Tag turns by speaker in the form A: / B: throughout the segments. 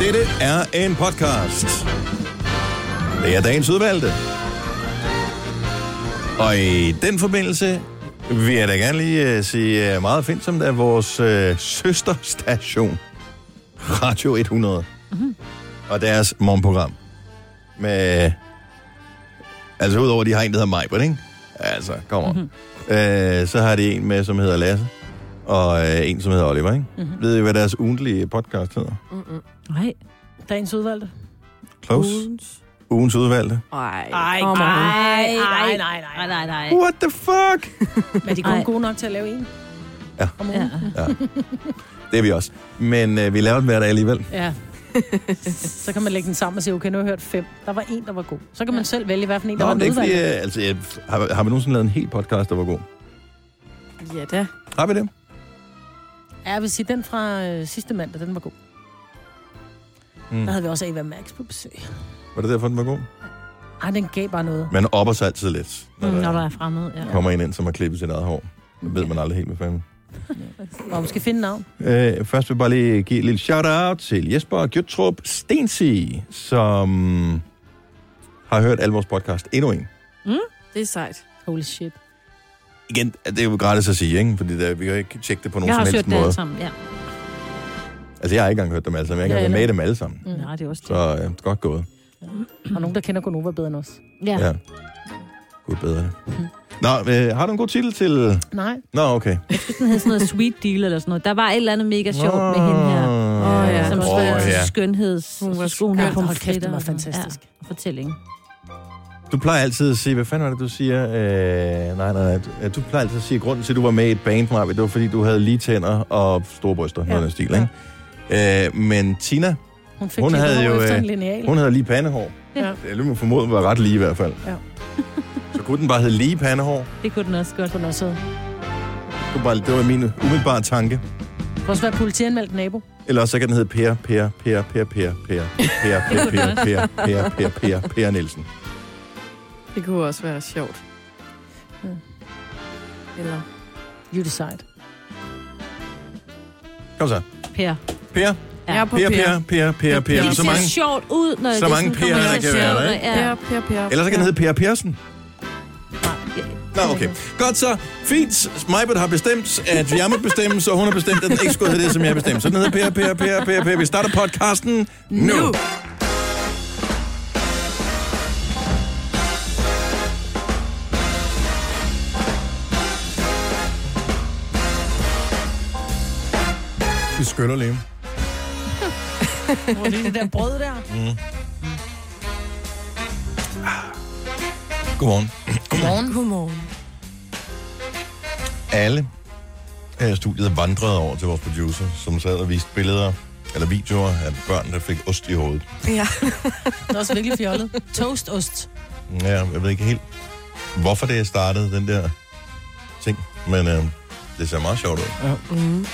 A: Dette er en podcast. Det er dagens udvalgte. Og i den forbindelse vil jeg da gerne lige uh, sige uh, meget fint, som det er vores uh, søsterstation, Radio 100, mm-hmm. og deres morgenprogram. Med, altså udover, de har en, der hedder Majbert, ikke? Altså, kom on. Mm-hmm. Uh, så har de en med, som hedder Lasse, og uh, en, som hedder Oliver, ikke? Mm-hmm. Ved I, hvad deres ugentlige podcast hedder?
B: Mm-mm. Nej. Dagens udvalgte.
A: Close.
B: Ugens.
A: Ugens udvalgte.
C: Ej,
B: Ej,
C: kom on.
B: ej, ej, nej, nej.
C: Ej, nej, nej.
A: What the fuck?
B: Men de er kun
C: Ej.
B: gode nok til at lave en.
A: Ja.
B: Om ugen.
A: Det er vi også. Men øh, vi laver den hver dag alligevel.
B: ja. Så kan man lægge den sammen og sige, okay, nu har jeg hørt fem. Der var en, der var god. Så kan man selv vælge, hvad for en, der
A: Nå,
B: var
A: men det er
B: den
A: ikke fordi,
B: udvalgte.
A: øh, altså, jeg, har, har vi nogensinde lavet en helt podcast, der var god?
C: Ja da.
A: Har vi det?
B: Ja, jeg vil sige, den fra øh, sidste mandag, den var god.
A: Mm.
B: Der havde vi også Eva Max på besøg.
A: Var det derfor, den var god?
B: Ej, den gav bare noget.
A: Man opper sig altid lidt, når
C: Mm,
A: der
C: Når der er fremmed, ja.
A: kommer en ind, som har klippet sit eget hår. Det ved man aldrig helt, hvad fanden.
B: Og måske finde navn.
A: Øh, først vil jeg bare lige give et lille shout-out til Jesper Gjøtrup Stensi, som har hørt al vores podcast endnu en.
D: Mm,
C: Det er sejt.
B: Holy shit.
A: Igen, det er jo gratis at sige, ikke? Fordi der, vi kan jo ikke tjekke det på nogen
C: Jeg har
A: som
C: også
A: helst
C: hørt det alle
A: måde.
C: sammen, ja.
A: Altså, jeg har ikke engang hørt dem alle sammen. Jeg har
B: Ja,
A: ikke engang været med i
B: eller-
A: dem alle sammen.
B: Mm.
C: Nej, det er også det.
A: Så øh, godt gået.
B: Og nogen, der kender Gonova bedre end os.
C: Ja.
A: Ja. Gud bedre. Nå, øh, har du en god titel til...
B: Mhm. Nej.
A: Nå, okay.
C: Den hed sådan noget sweet deal eller sådan noget. Der var et eller andet mega sjovt med hende her.
A: Åh,
C: Ja, som
A: Åh,
C: stod oh,
A: ja.
C: ja. skønheds...
B: Hun var
C: så skulle hun have
B: skøn. Hold
C: pomfritter
B: kæft, det var
C: og sådan noget.
B: fantastisk.
C: Ja, fortælling.
A: Du plejer altid at sige... Hvad fanden var det, du siger? Øh, nej, nej, nej. Du plejer altid at sige, at grunden til, at du var med i et band, Maja, det var, fordi du havde lige tænder og store bryster. Ja. Noget af den stil, ikke? Ja. Øh, men Tina,
B: Hun fik
A: Hun
B: hun
A: havde
B: havde
A: jo,
B: efter
A: øh,
B: en lineal.
A: hun havde lige pandehår.
C: Ja.
A: Ja. Jeg må formode, hun var ret lige i hvert fald.
B: Ja.
A: Så kunne den bare hedde lige pandehår.
C: Det kunne den også godt.
B: Hun også havde.
A: Det var, bare, det var min umiddelbare tanke.
B: Det kunne også være politianmeldt nabo.
A: Eller også så kan den hedde Per, Per, Per, Per, Per, Per, Per, Per, Per, Per, Per, Per, Per, Per Nielsen.
D: Det kunne også være sjovt.
B: Mm.
D: Eller...
B: You decide.
A: Kom så.
C: Per.
A: Per,
C: Ja.
D: Jeg er på
A: Per,
D: Per.
A: Per, Per, Per, Per.
C: det
A: Så mange.
C: ser sjovt ud, når
A: så
C: det
A: mange
C: sådan
A: P'er,
C: kommer
A: der
C: til
A: kan være
C: at
A: der,
C: se
A: ikke?
C: ud.
D: Per,
C: Ja.
D: Per, Per.
A: Ellers så kan den hedde Per Persen. Nå, okay. Godt så. Fint. Majbert har bestemt, at jeg må bestemme, så hun har bestemt, at den ikke skulle hedde det, som jeg bestemte. Så den hedder Per, Per, Per, Per, Per. Vi starter podcasten nu. nu. Vi skyller lige.
B: Hvor lige det der brød der.
A: Mm. Ah. Godmorgen.
B: Morgen.
D: Godmorgen.
A: alle øh, studiet vandrede over til vores producer, som sad og viste billeder eller videoer af børn, der fik ost i hovedet.
D: Ja.
B: Det er også virkelig fjollet. Toastost.
A: Ja, jeg ved ikke helt, hvorfor det er startet, den der ting, men øh, det ser meget sjovt ud.
D: Mm.
B: Men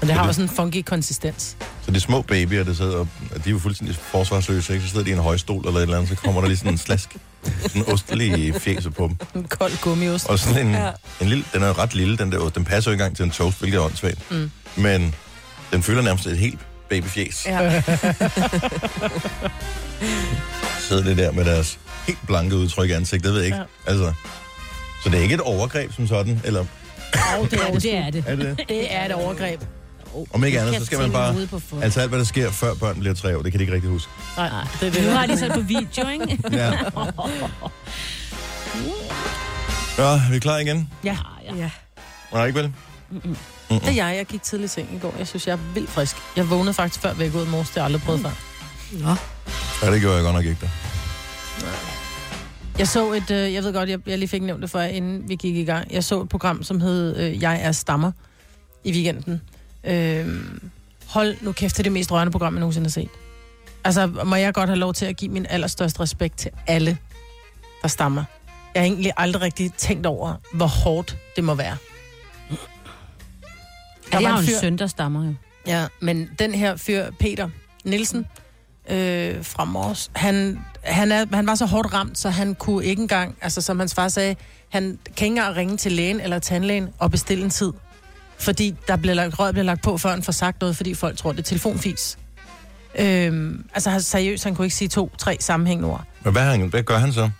B: det
A: har også
B: har også en funky konsistens.
A: Så de små babyer, der sidder, og og de er jo fuldstændig forsvarsløse, ikke? så sidder de i en højstol eller et eller andet, så kommer der lige sådan en slask, sådan en ostelig fjæse på dem.
B: En kold gummiost.
A: Og sådan en, ja.
D: Ja.
A: en lille, den er jo ret lille, den der ost. Den passer jo ikke engang til en toast, hvilket er åndssvagt. Mm.
B: Mm.
A: Men den fylder nærmest et helt babyfjes.
D: Ja.
A: sidder det der med deres helt blanke udtryk i ansigtet, det ved jeg ikke. Ja. Altså, så det er ikke et overgreb som sådan, eller
B: Og det er
C: Det er det.
A: er det det?
B: Det er et overgreb.
A: Om ikke andet, så skal man bare...
C: Altså,
A: Altså alt, hvad der sker, før børn bliver tre år, det kan de ikke rigtig huske.
B: Nej, det er det.
C: nu har de sat på video, ikke?
A: Ja. Ja, er vi klar igen?
B: Ja,
D: ja.
A: Nej, ikke vel?
B: det er jeg. Jeg gik tidligt i seng i går. Jeg synes, jeg er vildt frisk. Jeg vågnede faktisk før væk ud i morges. Det har jeg aldrig prøvet før.
D: Nå.
A: Ja, det gjorde jeg godt nok ikke der.
B: Jeg så et, øh, jeg ved godt, jeg, jeg lige fik nævnt det før, inden vi gik i gang. Jeg så et program, som hed øh, Jeg er stammer i weekenden. Øh, hold nu kæft, det er det mest rørende program, jeg nogensinde har set. Altså, må jeg godt have lov til at give min allerstørste respekt til alle, der stammer. Jeg har egentlig aldrig rigtig tænkt over, hvor hårdt det må være.
C: Ja, det
B: var
C: er
B: en
C: jo en
B: fyr-
C: søn, der stammer jo.
B: Ja, men den her fyr, Peter Nielsen, øh, fra Mors, han, han, er, han var så hårdt ramt, så han kunne ikke engang, altså som hans far sagde, han kan ikke engang ringe til lægen eller tandlægen og bestille en tid. Fordi der bliver lagt, rød bliver lagt på, før han får sagt noget, fordi folk tror, det er telefonfis. Øhm, altså han- seriøst, han kunne ikke sige to-tre sammenhængende ord.
A: Men hvad, har han, hvad gør han så?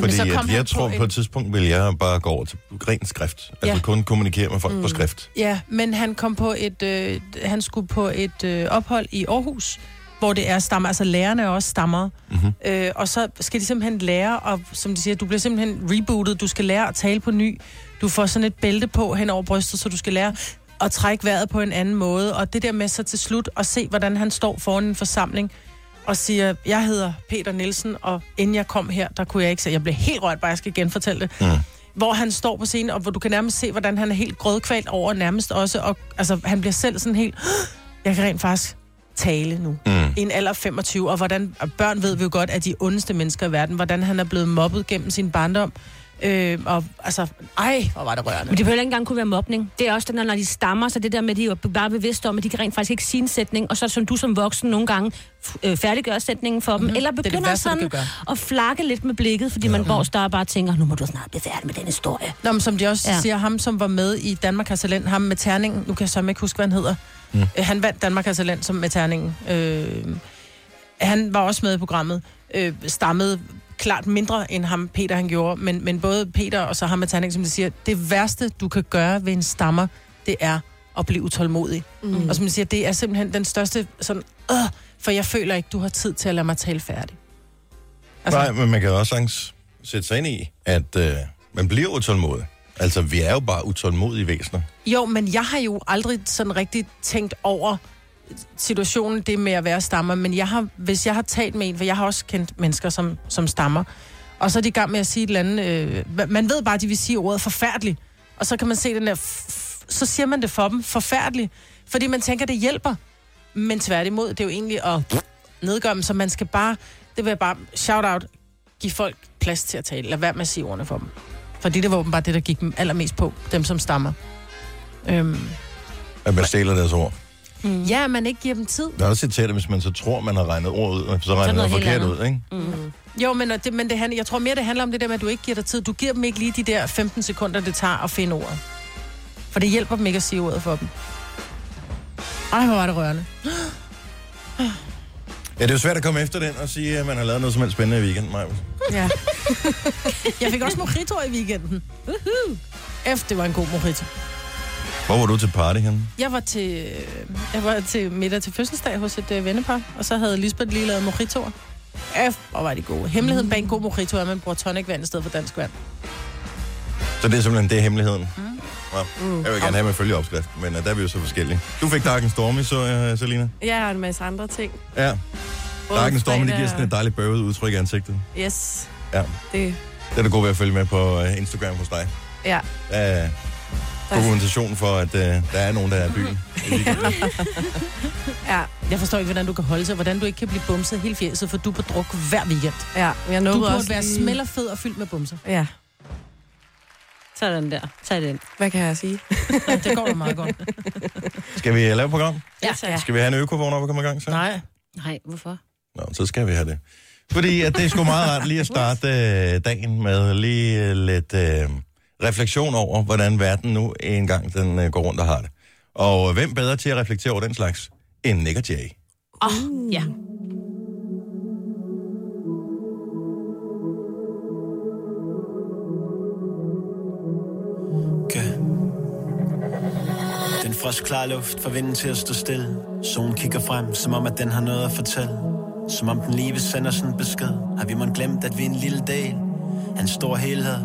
A: Fordi
B: så
A: så
B: kom
A: jeg,
B: han
A: jeg
B: på
A: tror, på,
B: en-
A: et tidspunkt vil jeg bare gå over til ren skrift. Altså
B: Ja.
A: kun kommunikere med folk mm. på skrift.
B: Ja, men han kom på et, øh, han skulle på et øh, ophold i Aarhus, hvor det er stammer, altså lærerne er også stammer.
A: Mm-hmm.
B: Øh, og så skal de simpelthen lære, og som de siger, du bliver simpelthen rebootet, du skal lære at tale på ny. Du får sådan et bælte på hen over brystet, så du skal lære at trække vejret på en anden måde. Og det der med så til slut at se, hvordan han står foran en forsamling og siger, jeg hedder Peter Nielsen, og inden jeg kom her, der kunne jeg ikke se, jeg blev helt rørt, bare jeg skal genfortælle det.
A: Mm.
B: Hvor han står på scenen, og hvor du kan nærmest se, hvordan han er helt grødkvalt over nærmest også, og altså, han bliver selv sådan helt, jeg kan rent faktisk tale nu
A: Mm.
B: i en alder af 25, og hvordan og børn ved vi jo godt, at de ondeste mennesker i verden, hvordan han er blevet mobbet gennem sin barndom. Øh, og altså, ej, hvor var det rørende.
C: Men det behøver ikke engang kunne være mobning. Det er også den, der, når de stammer, så det der med, at de er jo bare bevidste om, at de kan rent faktisk ikke sige en sætning, og så som du som voksen nogle gange f- øh, færdiggør sætningen for dem, mm-hmm. eller
B: det
C: begynder det det
B: værste, du
C: sådan
B: kan
C: at flakke lidt med blikket, fordi ja. man går der og bare tænker, nu må du snart blive færdig med den historie.
B: Nå, men som de også ja.
C: Ja.
B: siger, ham som var med i Danmark har talent, ham med terningen, nu kan jeg så ikke huske, hvad han hedder. Mm. Han vandt Danmark har talent som med terningen. Øh, han var også med i programmet, øh, stammede klart mindre end ham Peter han gjorde, men, men både Peter og så ham med terningen, som de siger, det værste du kan gøre ved en stammer, det er at blive utålmodig. Mm. Og som de siger, det er simpelthen den største sådan, øh, for jeg føler ikke, du har tid til at lade mig tale færdig.
A: Altså... Nej, men man kan også sagtens sætte sig ind i, at øh, man bliver utålmodig. Altså, vi er jo bare utålmodige væsener.
B: Jo, men jeg har jo aldrig sådan rigtig tænkt over situationen, det med at være stammer, men jeg har, hvis jeg har talt med en, for jeg har også kendt mennesker, som, som stammer, og så er de i gang med at sige et eller andet, øh, hva- man ved bare, at de vil sige ordet forfærdelig, og så kan man se den der, f- f- så siger man det for dem, forfærdelig, fordi man tænker, det hjælper, men tværtimod, det er jo egentlig at nedgøre dem, så man skal bare, det vil jeg bare, shout out, give folk plads til at tale, lad være med at sige ordene for dem. Fordi det var åbenbart det, der gik dem allermest på, dem som stammer. Øhm,
A: At man stjæler deres ord.
B: ja, man ikke giver dem tid.
A: Der er også et til det, hvis man så tror, man har regnet ordet ud, og så regner
C: noget
A: man
C: helt
A: forkert
C: andet.
A: ud, ikke?
B: Mm. Jo, men, og det, men det, handler- jeg tror mere, det handler om det der med, at du ikke giver dig tid. Du giver dem ikke lige de der 15 sekunder, det tager at finde ordet. For det hjælper dem ikke at sige ordet for dem. Ej, hvor var det rørende.
A: Ja, det er jo svært at komme efter den og sige, at man har lavet noget som helst spændende i weekenden. Maja.
B: Ja. jeg fik også mojito i weekenden. Uhuh. F, det var en god mojito.
A: Hvor var du til party henne?
B: Jeg var til, øh, jeg var til middag til fødselsdag hos et øh, vennepar, og så havde Lisbeth lige lavet mojitoer. Ja, hvor var de gode. Hemmeligheden bag en god mojito er, at man bruger tonicvand i stedet for dansk vand.
A: Så det er simpelthen det er hemmeligheden. Mm. Ja. Jeg vil gerne have med følgeopskrift, men uh, der er vi jo så forskellige. Du fik Dark and Stormy, så uh, Selina.
D: Jeg har en masse andre ting.
A: Ja,
D: Både
A: Dark and Stormy, det
D: fredag-
A: giver sådan et dejligt bøvet udtryk i ansigtet.
D: Yes,
A: Ja,
D: det...
A: det er det gode ved at følge med på uh, Instagram hos dig.
D: Ja,
A: Der er dokumentation for, at uh, der er nogen, der er i byen. i weekenden.
D: ja,
B: Jeg forstår ikke, hvordan du kan holde sig, hvordan du ikke kan blive bumset hele fjeset, for du er på druk hver weekend.
D: ja. Jeg nåede
B: Du burde
D: også
B: være
D: lige-
B: smel og fed og fyldt med bumser.
D: Ja,
C: Sådan der. Tag den.
D: hvad kan jeg sige?
B: Det går da meget godt.
A: skal vi øh, lave et program?
C: Ja.
D: ja.
A: Skal vi have en økovogn op og komme i gang så?
B: Nej.
C: Nej, hvorfor?
A: Nå, så skal vi have det. Fordi at det er sgu meget rart lige at starte øh, dagen med lige øh, lidt øh, refleksion over, hvordan verden nu engang den øh, går rundt og har det. Og øh, hvem bedre til at reflektere over den slags end Nick og Jay?
C: Åh, oh, ja.
E: Okay. Den frisk klar luft får vinden til at stå stille. Solen kigger frem, som om at den har noget at fortælle. Som om den lige vil sende os en besked. Har vi måske glemt, at vi er en lille del af en stor helhed?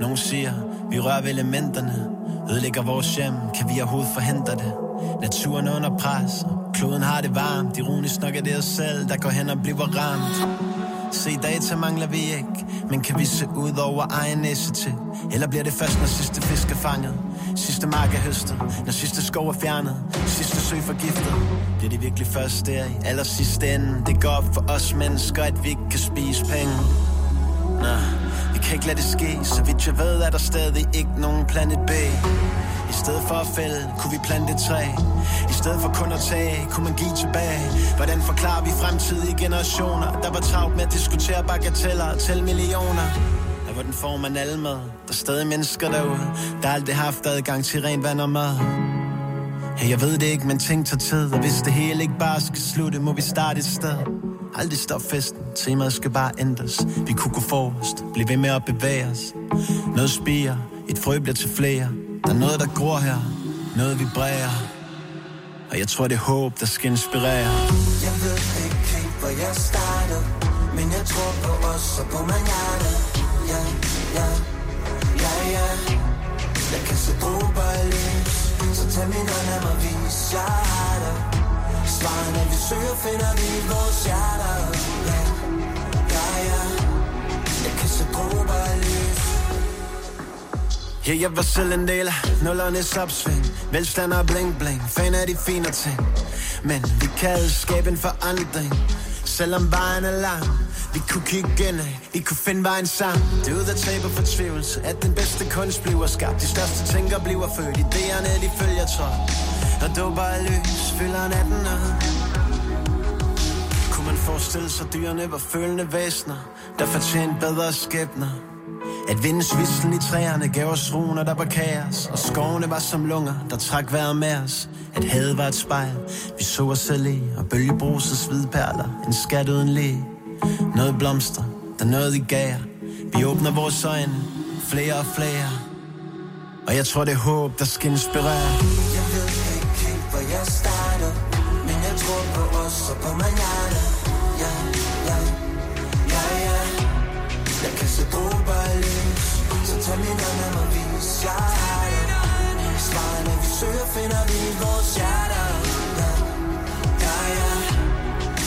E: Nogle siger, vi rører ved elementerne. Ødelægger vores hjem, kan vi overhovedet forhindre det? Naturen er under pres, og kloden har det varmt. Ironisk nok er det os selv, der går hen og bliver ramt. Se, data mangler vi ikke, men kan vi se ud over egen næse til? Eller bliver det først, når sidste fisk er fanget? Sidste mark er høstet, når sidste skov er fjernet, sidste sø forgiftet? Bliver det virkelig først der i aller sidste ende? Det går op for os mennesker, at vi ikke kan spise penge. Nå, vi kan ikke lade det ske, så vidt jeg ved, er der stadig ikke nogen planet B. I stedet for at fælde, kunne vi plante et træ. I stedet for kun at tage, kunne man give tilbage. Hvordan forklarer vi fremtidige generationer, der var travlt med at diskutere bagateller og tælle millioner? Og hvordan får man alle med? Der er stadig mennesker derude, der aldrig har haft adgang til rent vand og mad. Ja, jeg ved det ikke, men ting tager tid Og hvis det hele ikke bare skal slutte, må vi starte et sted Aldrig stop festen, temaet skal bare ændres Vi kunne gå forrest, blive ved med at bevæge os Noget spiger, et frø bliver til flere Der er noget, der gror her, noget vibrerer Og jeg tror, det er håb, der skal inspirere
F: Jeg ved ikke helt, hvor jeg starter Men jeg tror på os og på manana Ja, ja, ja, ja Jeg kan se dråber af lys Så tag min hånd af mig, vis jeg har dig Svarene vi søger, finder vi i vores hjerter Ja, ja, ja Jeg kan se dråber af lys
E: Ja, jeg var selv en del af nullernes opsving Velstand og bling bling, fan af de fine ting Men vi kan skabe en forandring Selvom vejen er lang Vi kunne kigge indad, vi kunne finde vejen sammen Det ud af tab og fortvivlelse At den bedste kunst bliver skabt De største tænker bliver født Idéerne de følger tråd Og doper af lys fylder natten op Kunne man forestille sig dyrene var følende væsner Der fortjente bedre skæbner at vindensvislen i træerne gav os roen, og der var kaos Og skovene var som lunger, der trak vejret med os At havet var et spejl, vi så os selv i Og bølgebrusets hvide perler, en skat uden læg Noget blomster, der noget i gager Vi åbner vores øjne, flere og flere Og jeg tror det er håb, der skal inspirere
F: Jeg ved ikke helt, hvor jeg starter Men jeg tror på os og på manana Ja, ja, ja, ja Jeg kan se dråber af lys Så tag min hånd af mig, vis jeg har dig Svarene vi søger, finder vi i vores hjerter Ja, ja, ja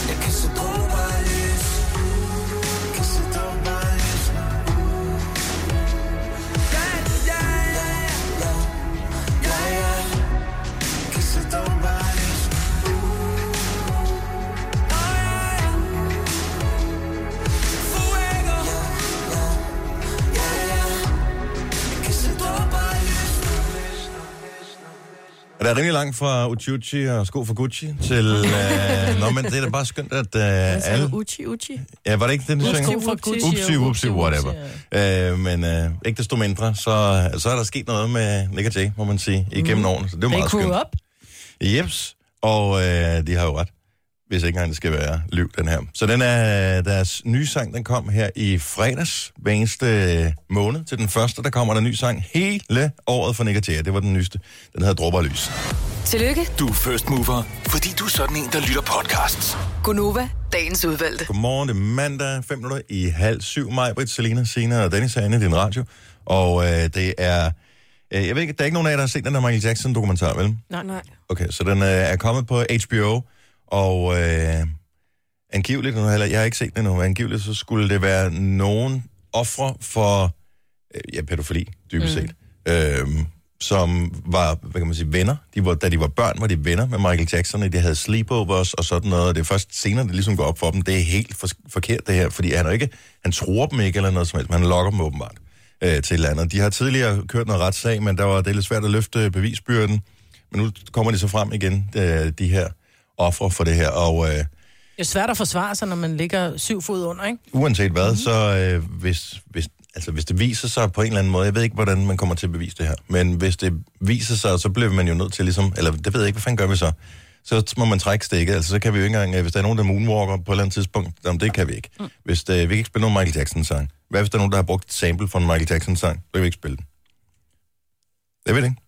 F: Jeg kan se dråber af lys Kan se dråber af lys Ja, ja, ja, ja, ja, ja Kan se dråber af lys
A: Og der er rimelig langt fra Uchiuchi og sko fra Gucci til... Øh, nå, men det er da bare skønt, at øh, alle...
D: Altså, uchi, uchi.
A: Ja, var det ikke den, du synger?
B: Upsi, fra Gucci.
A: Upsi,
B: og
A: upsi, whatever. Øh, men øh, ikke desto mindre, så, så er der sket noget med Nick og Jay, må man sige, igennem mm. årene. Så det er jo
B: They
A: meget skønt.
B: grew up.
A: Jeps, og øh, de har jo ret. Hvis ikke engang det skal være liv, den her. Så den er deres nye sang, den kom her i fredags, hver eneste øh, måned. Til den første, der kommer der en ny sang hele året for Nick Jay. Det var den nyeste. Den hedder Dropper Lys.
G: Tillykke,
H: Du er first mover, fordi du er sådan en, der lytter podcasts.
G: Gunova, dagens udvalgte.
A: Godmorgen, det er mandag, 5 minutter i halv syv. Mig, Britt, Selina, Sina og Dennis herinde i din radio. Og øh, det er... Øh, jeg ved ikke, der er ikke nogen af jer, der har set den der Michael Jackson-dokumentar, vel?
D: Nej, nej.
A: Okay, så den øh, er kommet på HBO, og øh, angiveligt, nu, eller jeg har ikke set den endnu, men angiveligt så skulle det være nogen ofre for øh, ja, pædofili, dybest set, øh, som var, hvad kan man sige, venner. De var, da de var børn, var de venner med Michael Jackson, og de havde sleepovers og sådan noget, og det er først senere, det ligesom går op for dem, det er helt for, forkert det her, fordi han er jo ikke, han tror dem ikke eller noget som helst, men han lokker dem åbenbart øh, til et eller andet. De har tidligere kørt noget retssag, men der var det er lidt svært at løfte bevisbyrden, men nu kommer de så frem igen, øh, de, de her ofre for det her, og... Øh,
B: Det er svært at forsvare sig, når man ligger syv fod under, ikke?
A: uanset hvad, så øh, hvis, hvis, altså, hvis det viser sig på en eller anden måde, jeg ved ikke, hvordan man kommer til at bevise det her, men hvis det viser sig, så bliver man jo nødt til ligesom, eller det ved jeg ikke, hvad fanden gør vi så? Så må man trække stikket, altså så kan vi jo ikke engang, øh, hvis der er nogen, der moonwalker på et eller andet tidspunkt, jamen det kan vi ikke. Hvis det, vi kan ikke spille nogen Michael Jackson-sang. Hvad hvis der er nogen, der har brugt et sample fra en Michael Jackson-sang? Så kan vi ikke spille den. Jeg ved det ikke.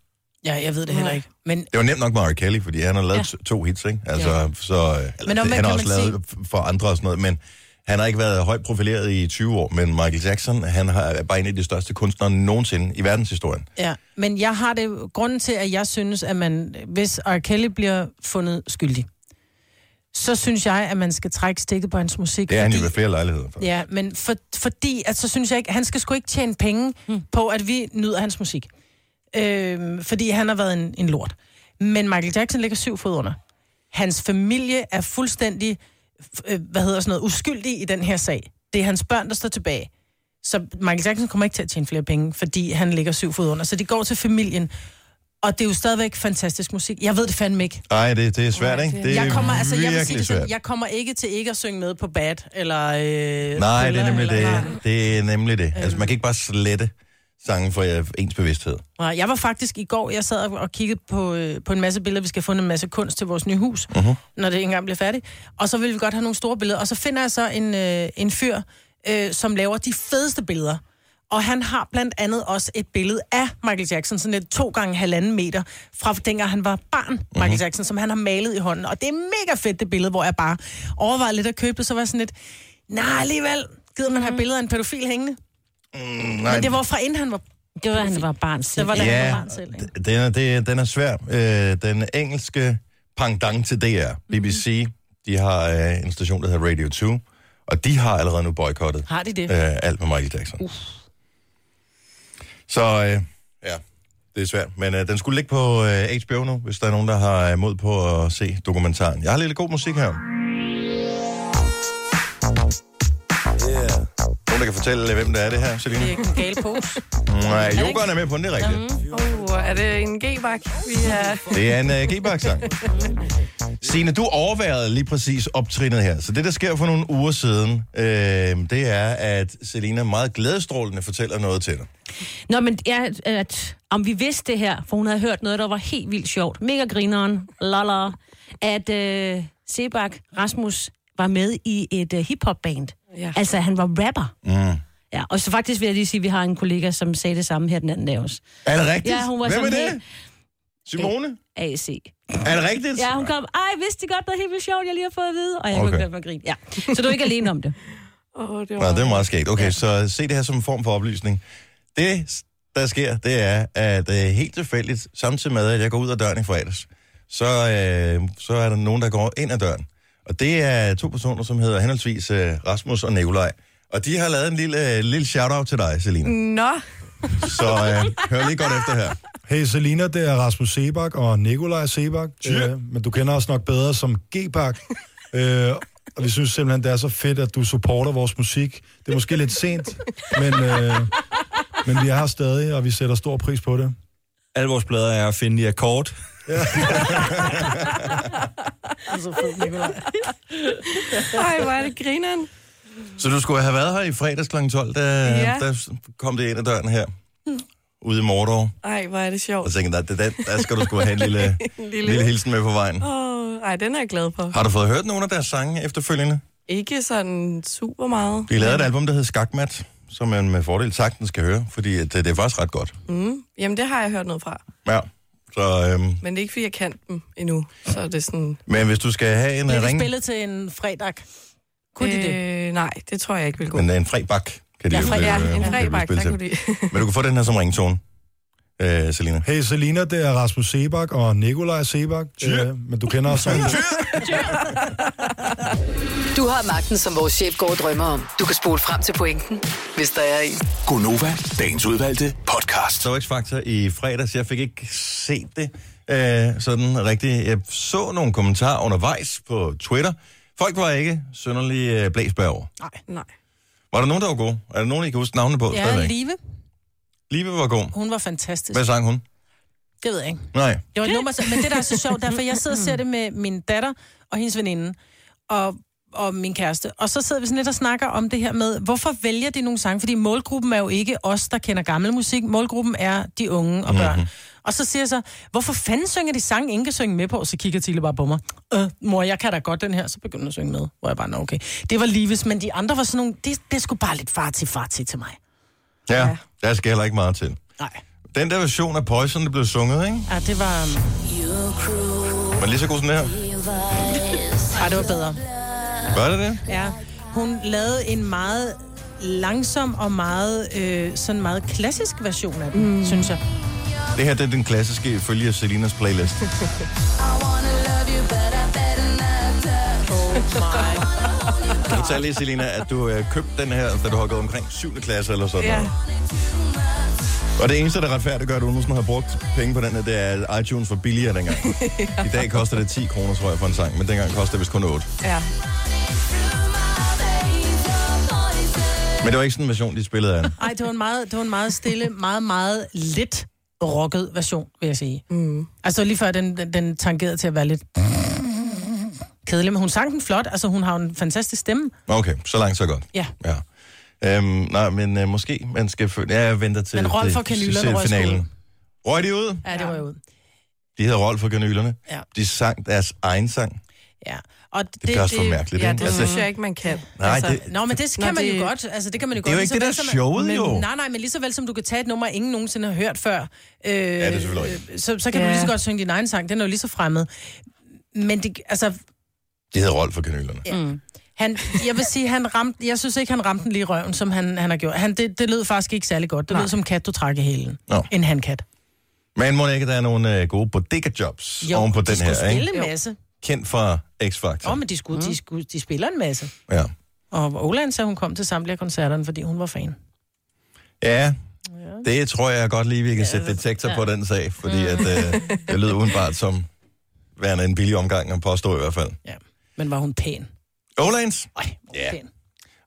B: Ja, jeg ved det heller
D: Nej.
B: ikke. Men
A: Det var nemt nok med R. Kelly, fordi han har lavet
B: Ja.
A: ja. to, to hits, ikke? Altså, ja.
B: Ja.
A: så, øh,
B: Men
A: eller,
B: omvendt
A: han har
B: kan
A: også
B: man
A: lavet f- for andre og sådan noget, men han har ikke været højt profileret i 20 år, men Michael Jackson, han har, er bare en af de største kunstnere nogensinde i verdenshistorien.
B: Ja, men jeg har det... Grunden til, at jeg synes, at man, hvis R. Kelly bliver fundet skyldig, så synes jeg, at man skal trække stikket på hans musik.
A: Det er han jo
B: fordi-
A: ved flere lejligheder for.
B: Ja, men for, fordi, at så synes jeg ikke, han skal sgu ikke tjene penge hmm. på, at vi nyder hans musik. Øhm, fordi han har været en, en lort. Men Michael Jackson ligger syv fod under. Hans familie er fuldstændig, f- øh, hvad hedder sådan noget, uskyldig i den her sag. Det er hans børn, der står tilbage. Så Michael Jackson kommer ikke til at tjene flere penge, fordi han ligger syv fod under. Så det går til familien. Og det er jo stadigvæk fantastisk musik. Jeg ved det fandme ikke.
A: Nej, det, det er svært, ikke? Det er
B: Jeg kommer, altså, jeg vil sige
A: virkelig
B: det sådan,
A: svært.
B: jeg kommer ikke til ikke at synge med på Bad, eller... Øh,
A: Nej, det
B: Thriller,
A: er nemlig
B: eller-
A: det. Det er nemlig det. Altså, man kan ikke bare slette sange for øh, ens bevidsthed.
B: Nej, jeg var faktisk i går, jeg sad og- og kiggede på, øh, på en masse billeder. Vi skal have fundet en masse kunst til vores nye hus,
A: Mm-hmm.
B: uh-huh. når det ikke engang bliver færdigt. Og så vil vi godt have nogle store billeder. Og så finder jeg så en, øh, en fyr, øh, som laver de fedeste billeder. Og han har blandt andet også et billede af Michael Jackson, sådan et to gange halvanden meter, fra dengang han var barn,
A: Mhm.
B: Michael uh-huh. Jackson, som han har malet i hånden. Og det er mega fedt, det billede, hvor jeg bare overvejede lidt at købe det. Så var jeg sådan lidt, nej alligevel, gider man
C: Mhm.
B: have billeder af en pædofil hængende?
A: Nej,
B: Men det var fra inden han var...
C: Det var, han var barn
B: Det
C: selv.
B: var da han var
A: ja,
B: barn selv, ikke?
A: d- den er, det, er- den er svær. Øh, den engelske pendant til DR, BBC,
B: Mhm.
A: de har øh, en station, der hedder Radio 2, og de har allerede nu boykottet
B: Har de det?
A: øh, alt med Michael Jackson. Uff. Så øh, ja, det er svært. Men øh, den skulle ligge på øh, HBO nu, hvis der er nogen, der har øh, mod på at se dokumentaren. Jeg har lidt god musik her. Yeah. Nogen, der kan fortælle, øh, hvem der er det her, Selina?
B: Det er ikke en gal pose.
A: Nej, yoghurt er med på den, det er rigtigt.
D: Uh, er det en g-bak, vi er...
A: Det er en uh, G-Bak-sang. Signe, du overværede lige præcis optrinet her. Så det, der sker for nogle uger siden, øh, det er, at Selina meget glædestrålende fortæller noget til dig.
C: Nå, men ja, at, om vi vidste det her, for hun havde hørt noget, der var helt vildt sjovt. Mega grineren, lala, at øh, Sebak Rasmus var med i et øh, hiphop-band.
D: Ja.
C: Altså, han var rapper.
A: Mm.
C: Ja, og så faktisk vil jeg lige sige, at vi har en kollega, som sagde det samme her den anden dag også.
A: Er det rigtigt?
C: Ja, hun var
A: Hvem er
C: sådan
A: det?
C: helt-
A: Simone?
C: AC.
A: Er det rigtigt?
C: Ja, hun kom, ej, vidste I godt, noget helt vildt sjovt, jeg lige har fået at vide? Og jeg okay.
A: Okay.
C: kunne ikke lade mig grine. Ja. Så du er ikke alene om det.
D: Åh, det
A: Nå,
D: var...
A: det er meget skægt. Okay, så se det her som en form for oplysning. Det, der sker, det er, at øh, helt tilfældigt, samtidig med, at jeg går ud af døren i fredags, så, øh, så er der nogen, der går ind ad døren. Og det er to personer, som hedder henholdsvis øh, Rasmus og Nikolaj. Og de har lavet en lille, øh, lille shout-out til dig, Selina.
D: Nå,
A: Så øh, hør lige godt efter her.
I: Hey Selina, det er Rasmus Sebak og Nikolaj Sebak, øh,
A: Ja.
I: men du kender os nok bedre som G-Bak. øh, og vi synes simpelthen, det er så fedt, at du supporter vores musik. Det er måske lidt sent, men, øh, men vi er her stadig, og vi sætter stor pris på det.
J: Alle vores plader er at finde i akkord.
D: ej, hvor er det grineren.
A: Så du skulle have været her i fredags kl. 12, da, ja.
D: Ja.
A: da kom det ind ad døren her, ude i Mordor.
D: Ej, hvor er det sjovt.
A: Og så tænkte jeg, der, der, der skal du skulle have en lille,
D: En
A: lille. lille hilsen med på vejen.
D: Åh, ej, den er jeg glad for.
A: Har du fået hørt nogle af deres sange efterfølgende?
D: Ikke sådan super meget.
A: De lavede et album, der hed Skakmat, som man med fordel sagtens skal høre, fordi at øh, det, det er faktisk ret godt.
D: Mm. Jamen, det har jeg hørt noget fra.
A: Ja. Så, øhm,
D: Men det er ikke, fordi jeg kan dem endnu. Så er det sådan...
A: men hvis du skal have en
B: Bliver
A: øh,
B: de
A: ring,
B: spillet til en fredag? Kunne øh, de det?
D: Øh, nej, det tror jeg ikke vil gå.
A: men øh, en frebak, kan de
B: Ja,
A: jo
B: fre-
A: blive,
D: ja,
A: øh, kan
D: en
A: de blive
D: fredag,
A: spillet
D: der
A: til.
D: kunne de...
A: Men du kan få den her som ringtone, øh, Selina.
I: Hey Selina, det er Rasmus Sebak og Nikolaj Sebak, øh, men du kender os som...
G: Du har magten, som vores chef går og drømmer om. Du kan spole frem til pointen, hvis der er en.
H: Gonova, dagens udvalgte podcast.
A: Der var X-Factor i fredags, jeg fik ikke set det øh, sådan rigtigt. Jeg så nogle kommentarer undervejs på Twitter. Folk var ikke sønderlig øh, blæsbær over.
D: nej.
A: Var der nogen, der var gode? Er der nogen, I kan huske navnene på?
B: Ja,
A: stadigvæk?
B: Live.
A: Libe var god.
B: Hun var fantastisk.
A: Hvad sang hun?
B: Det ved jeg ikke.
A: Nej.
B: Det var et nummer, som- men det der er så sjovt, derfor jeg sidder og ser det med min datter og hendes veninde og, og min kæreste. Og så sidder vi sådan lidt og snakker om det her med, hvorfor vælger de nogle sange? Fordi målgruppen er jo ikke os, der kender gammel musik. Målgruppen er de unge og
F: Mhm.
B: børn. Mm-hmm. Og så siger jeg så, hvorfor fanden synger de sange, ingen kan synge med på? Så kigger Tille bare på mig. Øh, mor, jeg kan da godt den her. Så begynder hun at synge med. Hvor jeg bare, nå okay. Det var Lives, men de andre var sådan nogle, det, det skulle bare lidt far til far til til mig.
A: Ja, der skal heller ikke meget til.
B: Nej.
A: Den der version af Poison, der blev sunget, ikke?
B: Ja, det var, øhm.
A: Var lige så god som det her?
B: ja, det var bedre.
A: Var det det?
B: Ja. Hun lavede en meget langsom og meget, øh, sådan meget klassisk version af den, mm. synes jeg.
A: Det her det er den klassiske følge af Selinas playlist. Kan du fortælle lige, Selina, at du øh, købte den her, da du har gået omkring 7. klasse eller sådan
D: Ja.
A: noget? Og det eneste, der retfærdiggør, at du nogensinde har brugt penge på den her, det er, at iTunes var billigere dengang. I dag koster det 10 kroner, tror jeg, for en sang, men dengang kostede det vist kun 8.
D: Ja.
A: Men det var ikke sådan en version, de spillede af den.
B: Ej, det var en meget, det var en meget stille, meget, meget lidt rocket version, vil jeg sige. Mm. Altså lige før den, den, den tangerede til at være lidt kedelig, men hun sang den flot, altså hun har jo en fantastisk stemme.
A: Okay, så langt, så godt.
B: Ja.
A: Ja. Øhm, nej, men øh, måske man skal... Føl- ja, jeg venter til,
B: Men Rolf
A: til-
B: og Kanylerne
A: til
B: røg sgu ud.
A: finalen. Røg de ud?
B: Ja, det var jo ud.
A: De hedder Rolf og Kanylerne.
B: Ja.
A: De sang deres egen sang.
B: Ja. Og det,
A: gør også for mærkeligt,
D: Ja,
A: ikke?
D: det
A: Altså-
D: synes jeg ikke, man kan.
A: Nej,
D: altså,
A: det-
B: Nå, men det
D: Nå,
B: kan man
D: det-
B: jo godt. Altså, det kan man jo
A: Det er
B: godt.
A: jo ikke det, der er
B: Ligesåvel som-
A: showet,
B: men,
A: jo.
B: Nej, nej, men lige så vel som du kan tage et nummer, ingen nogensinde har hørt før, øh,
A: er selvfølgelig rigtigt.
B: så, så kan ja.
D: Ja.
B: du lige så godt synge din egen sang. Den er jo lige så fremmed. Men det, altså,
A: De hedder Rolf og Kanylerne. Ja.
D: Mm.
B: han, jeg vil sige, han ramte, jeg synes ikke, han ramte den lige i røven, som han, han har gjort. Han, det, det lød faktisk ikke særlig godt. Det lød som kat, du trækker hælen.
A: Nå.
B: En handkat.
A: Men må ikke, der er nogle øh, gode bodega-jobs oven på
B: de
A: den
B: skulle
A: her,
B: spille
A: ikke?
B: en masse.
A: Kendt fra
B: Åh,
A: X-Factor.
B: oh, men de, skulle, de, skulle, de spiller en masse.
A: Ja.
B: Og Oland sagde, hun kom til samtlige af koncerterne, fordi hun var fan.
A: ja, det tror jeg godt lige, vi kan sætte detektor på den sag, fordi at, øh, det lyder udenbart som værende en billig omgang, at påstå i hvert fald.
B: Ja. Men var hun pæn?
A: Olanes?
B: Ej, hvor
A: Ja.
B: yeah. pæn.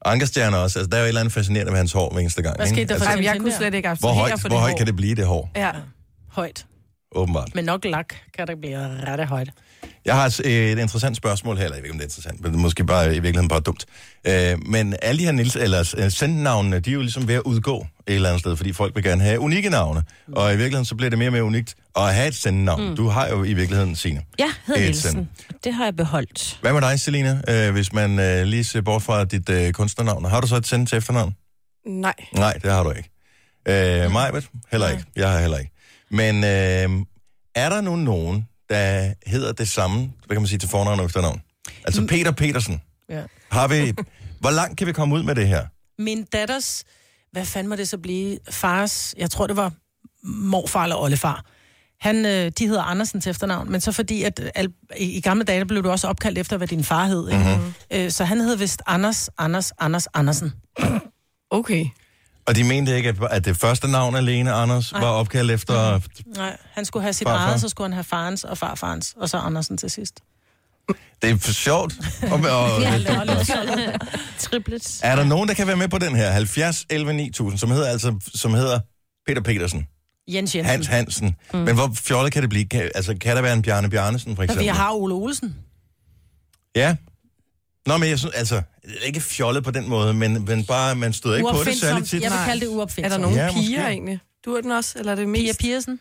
A: Og Ankerstjerne også. Altså, der er jo et eller andet fascinerende ved hans hår hver eneste gang.
B: Hvad skete
A: ikke?
B: der for
D: Ej, men jeg
B: Hende
D: kunne
B: der.
D: slet ikke
A: Altså- hvor
D: abstrahere
A: højt,
D: fra
A: hvor
D: det
A: højt
D: hår.
A: kan det blive, det hår?
D: Ja.
B: Højt.
A: Åbenbart.
B: Men nok lak kan der blive ret højt.
A: Jeg har et, et interessant spørgsmål her, eller jeg ved ikke, om det er interessant, men det er måske bare i virkeligheden bare dumt. Øh, men alle de her Nils, eller øh, sendnavnene, de er jo ligesom ved at udgå et eller andet sted, fordi folk vil gerne have unikke navne. Og i virkeligheden, så bliver det mere og mere unikt at have et sendnavn. Mm. Du har jo i virkeligheden, Signe.
C: Jeg hedder
A: Edson.
C: Nielsen. Det har jeg beholdt.
A: Hvad med dig, Selina, øh, hvis man øh, lige ser bort fra dit øh, kunstnernavn? Har du så et send til efternavn?
D: Nej.
A: Nej, det har du ikke.
B: Mm.
A: Øh, Majbet? Heller ikke. Jeg har heller ikke. Men øh, er der nu nogen, der hedder det samme, hvad kan man sige, til fornavn og efternavn?
B: Mm.
A: Altså Peter Petersen.
B: Ja.
A: Har vi... Hvor langt kan vi komme ud med det her?
B: Min datters, hvad fanden må det så blive, fars, jeg tror det var morfar eller oldefar, han, øh, de hedder Andersen til efternavn, men så fordi, at øh, al, i, i gamle dage der blev du også opkaldt efter, hvad din far hed. Ikke?
A: Mhm.
B: Mm-hmm. Øh, så han hed vist Anders, Anders, Anders, Andersen.
D: Okay.
A: Og de mente ikke, at- at det første navn alene, Anders, var opkaldt efter...
B: Nej, han skulle have sit
A: Farfar.
B: eget, så skulle han have farens og farfarens, og så Andersen til sidst.
A: Det er for sjovt. Og, og,
C: Triplets.
A: er der nogen, der kan være med på den her? 70 11 9000, som hedder altså som hedder Peter Petersen.
B: Jens Jensen.
A: Hans Hansen. Mm. Men hvor fjollet kan det blive? Kan, altså, kan der være en Bjarne Bjarnesen, for
B: Men
A: eksempel?
B: vi har Ole Olsen.
A: Ja. Nå, men jeg synes, altså, det er ikke fjollet på den måde, men, men bare, man stod ikke på det særlig tit.
B: Jeg vil
D: Nej.
B: kalde det
D: Er der
B: uopfindsomt.
D: nogen
A: Ja,
D: ja, piger
A: måske.
D: egentlig? Du er den også, eller er det mest?
B: Pia Pearson?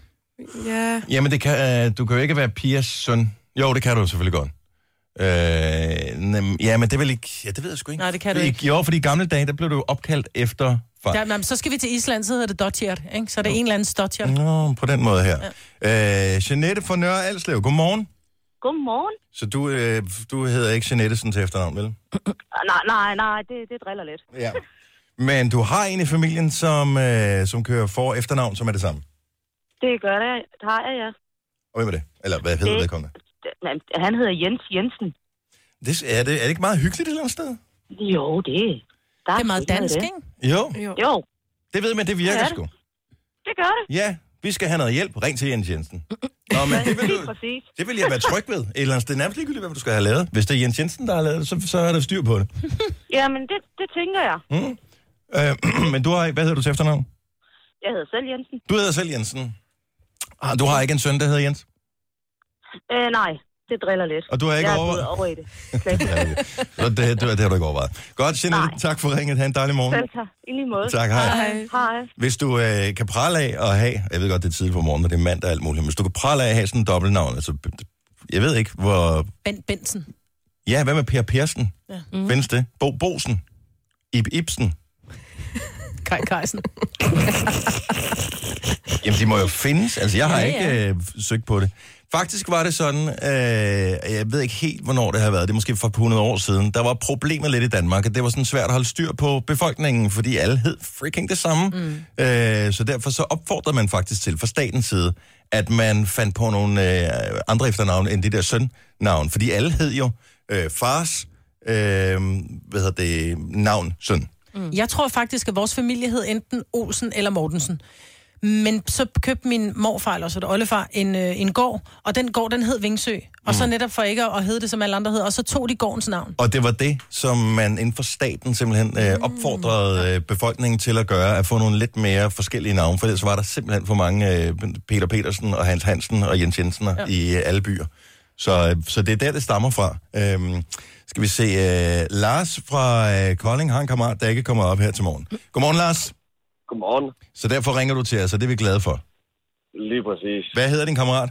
D: Ja.
A: Jamen, det kan, øh, du kan jo ikke være Pias søn. Jo, det kan du selvfølgelig godt. Øh, nem, ja, men det vil ikke... Ja, det ved jeg sgu ikke.
B: Nej, det kan du ikke.
A: Jo, fordi i gamle dage, der blev du opkaldt efter far.
B: Der, jamen, så skal vi til Island, så hedder det Dodgert, ikke? Så er det en eller anden Dodgert.
A: Nå, på den måde her. Ja. Øh, Jeanette fra Nørre Alslev, godmorgen.
K: Godmorgen.
A: Så du, øh, du hedder ikke Jeanette sådan til efternavn, vel?
K: Ah, Nej, nej, nej, det, det driller lidt.
A: Ja. Men du har en i familien, som, øh, som kører for og efternavn, som er det samme.
K: Det gør det, det har jeg, ja.
A: Og hvem er det? Eller hvad hedder
K: Det-
A: vedkommende?
K: Det- nej, Han hedder Jens Jensen.
A: Det, er, det, er det ikke meget hyggeligt et eller andet sted?
K: Jo, det, der
B: Det er meget
K: ikke noget i
B: dansk,
K: det.
B: ikke?
A: Jo,
D: Jo.
K: Jo,
A: det ved man, det virker
K: Ja,
A: ja,
K: det-
A: sgu.
K: det gør det.
A: Ja, vi skal have noget hjælp. Ring til Jens Jensen. Nå, men det vil,
K: Helt
A: du,
K: præcis.
A: det vil jeg være tryg ved. Et eller andet sted. Det er nærmest ligegyldigt, hvad du skal have lavet. Hvis det er Jens Jensen, der har lavet det, så, så er der styr på det. Mm.
K: Jamen, det, det tænker jeg.
A: Øh, men du har, hvad hedder du til efternavn?
K: Jeg hedder selv Jensen.
A: Du hedder selv Jensen. Ah, Du har ikke en søn, der hedder Jens.
K: Øh, nej, det driller lidt.
A: Og du har ikke
K: jeg er
A: over-
K: gået over i det. Slet.
A: Så det, det, det har du ikke overvejet. Godt, Jeanette.
K: Nej.
A: Tak for ringet. Ha' en dejlig morgen.
K: Selv tak. I lige måde.
A: Tak, hej. hej.
K: Hej.
A: Hvis du øh, kan prale af at have, jeg ved godt, det er tidligt på morgenen, og det er mandag og alt muligt, men hvis du kan prale af at have sådan en dobbeltnavn, altså, jeg ved ikke, hvor...
B: Bent Benson.
A: Ja, hvad med Per Persen? Ja. Mm. Findes det? Bo Bosen? Ib Ibsen?
B: Kaj Kajsen.
A: Jamen, de må jo findes. Altså, jeg har ja,
B: Ja,
A: ikke
B: ja.
A: øh, søgt på det. Faktisk var det sådan, øh, jeg ved ikke helt, hvornår det har været, det er måske for 100 år siden, der var problemer lidt i Danmark, at det var sådan svært at holde styr på befolkningen, fordi alle hed freaking det samme. Mm. Øh, så derfor så opfordrede man faktisk til, fra statens side, at man fandt på nogle øh, andre efternavne end det der søn-navn, fordi alle hed jo øh, fars, øh, hvad hedder det, navn, søn.
B: Mm. Jeg tror faktisk, at vores familie hed enten Olsen eller Mortensen. Men så købte min morfar, eller også et oldefar, en, øh, en gård, og den gård, den hed Vingsø. Og
A: Mm.
B: så netop for ikke at, at hedde det, som alle andre hedder, og så tog de gårdens navn.
A: Og det var det, som man inden for staten simpelthen øh, opfordrede øh, befolkningen til at gøre, at få nogle lidt mere forskellige navne, for ellers var der simpelthen for mange øh, Peter Petersen og Hans Hansen og Jens Jensen ja. i øh, alle byer. Så, øh, så det er der, det stammer fra. Øhm, skal vi se, øh, Lars fra øh, Kolding har en kammerat, der ikke kommer op her til morgen. Godmorgen, Lars.
L: Godmorgen.
A: Så derfor ringer du til os, og det er vi glade for.
L: Lige præcis.
A: Hvad hedder din kammerat?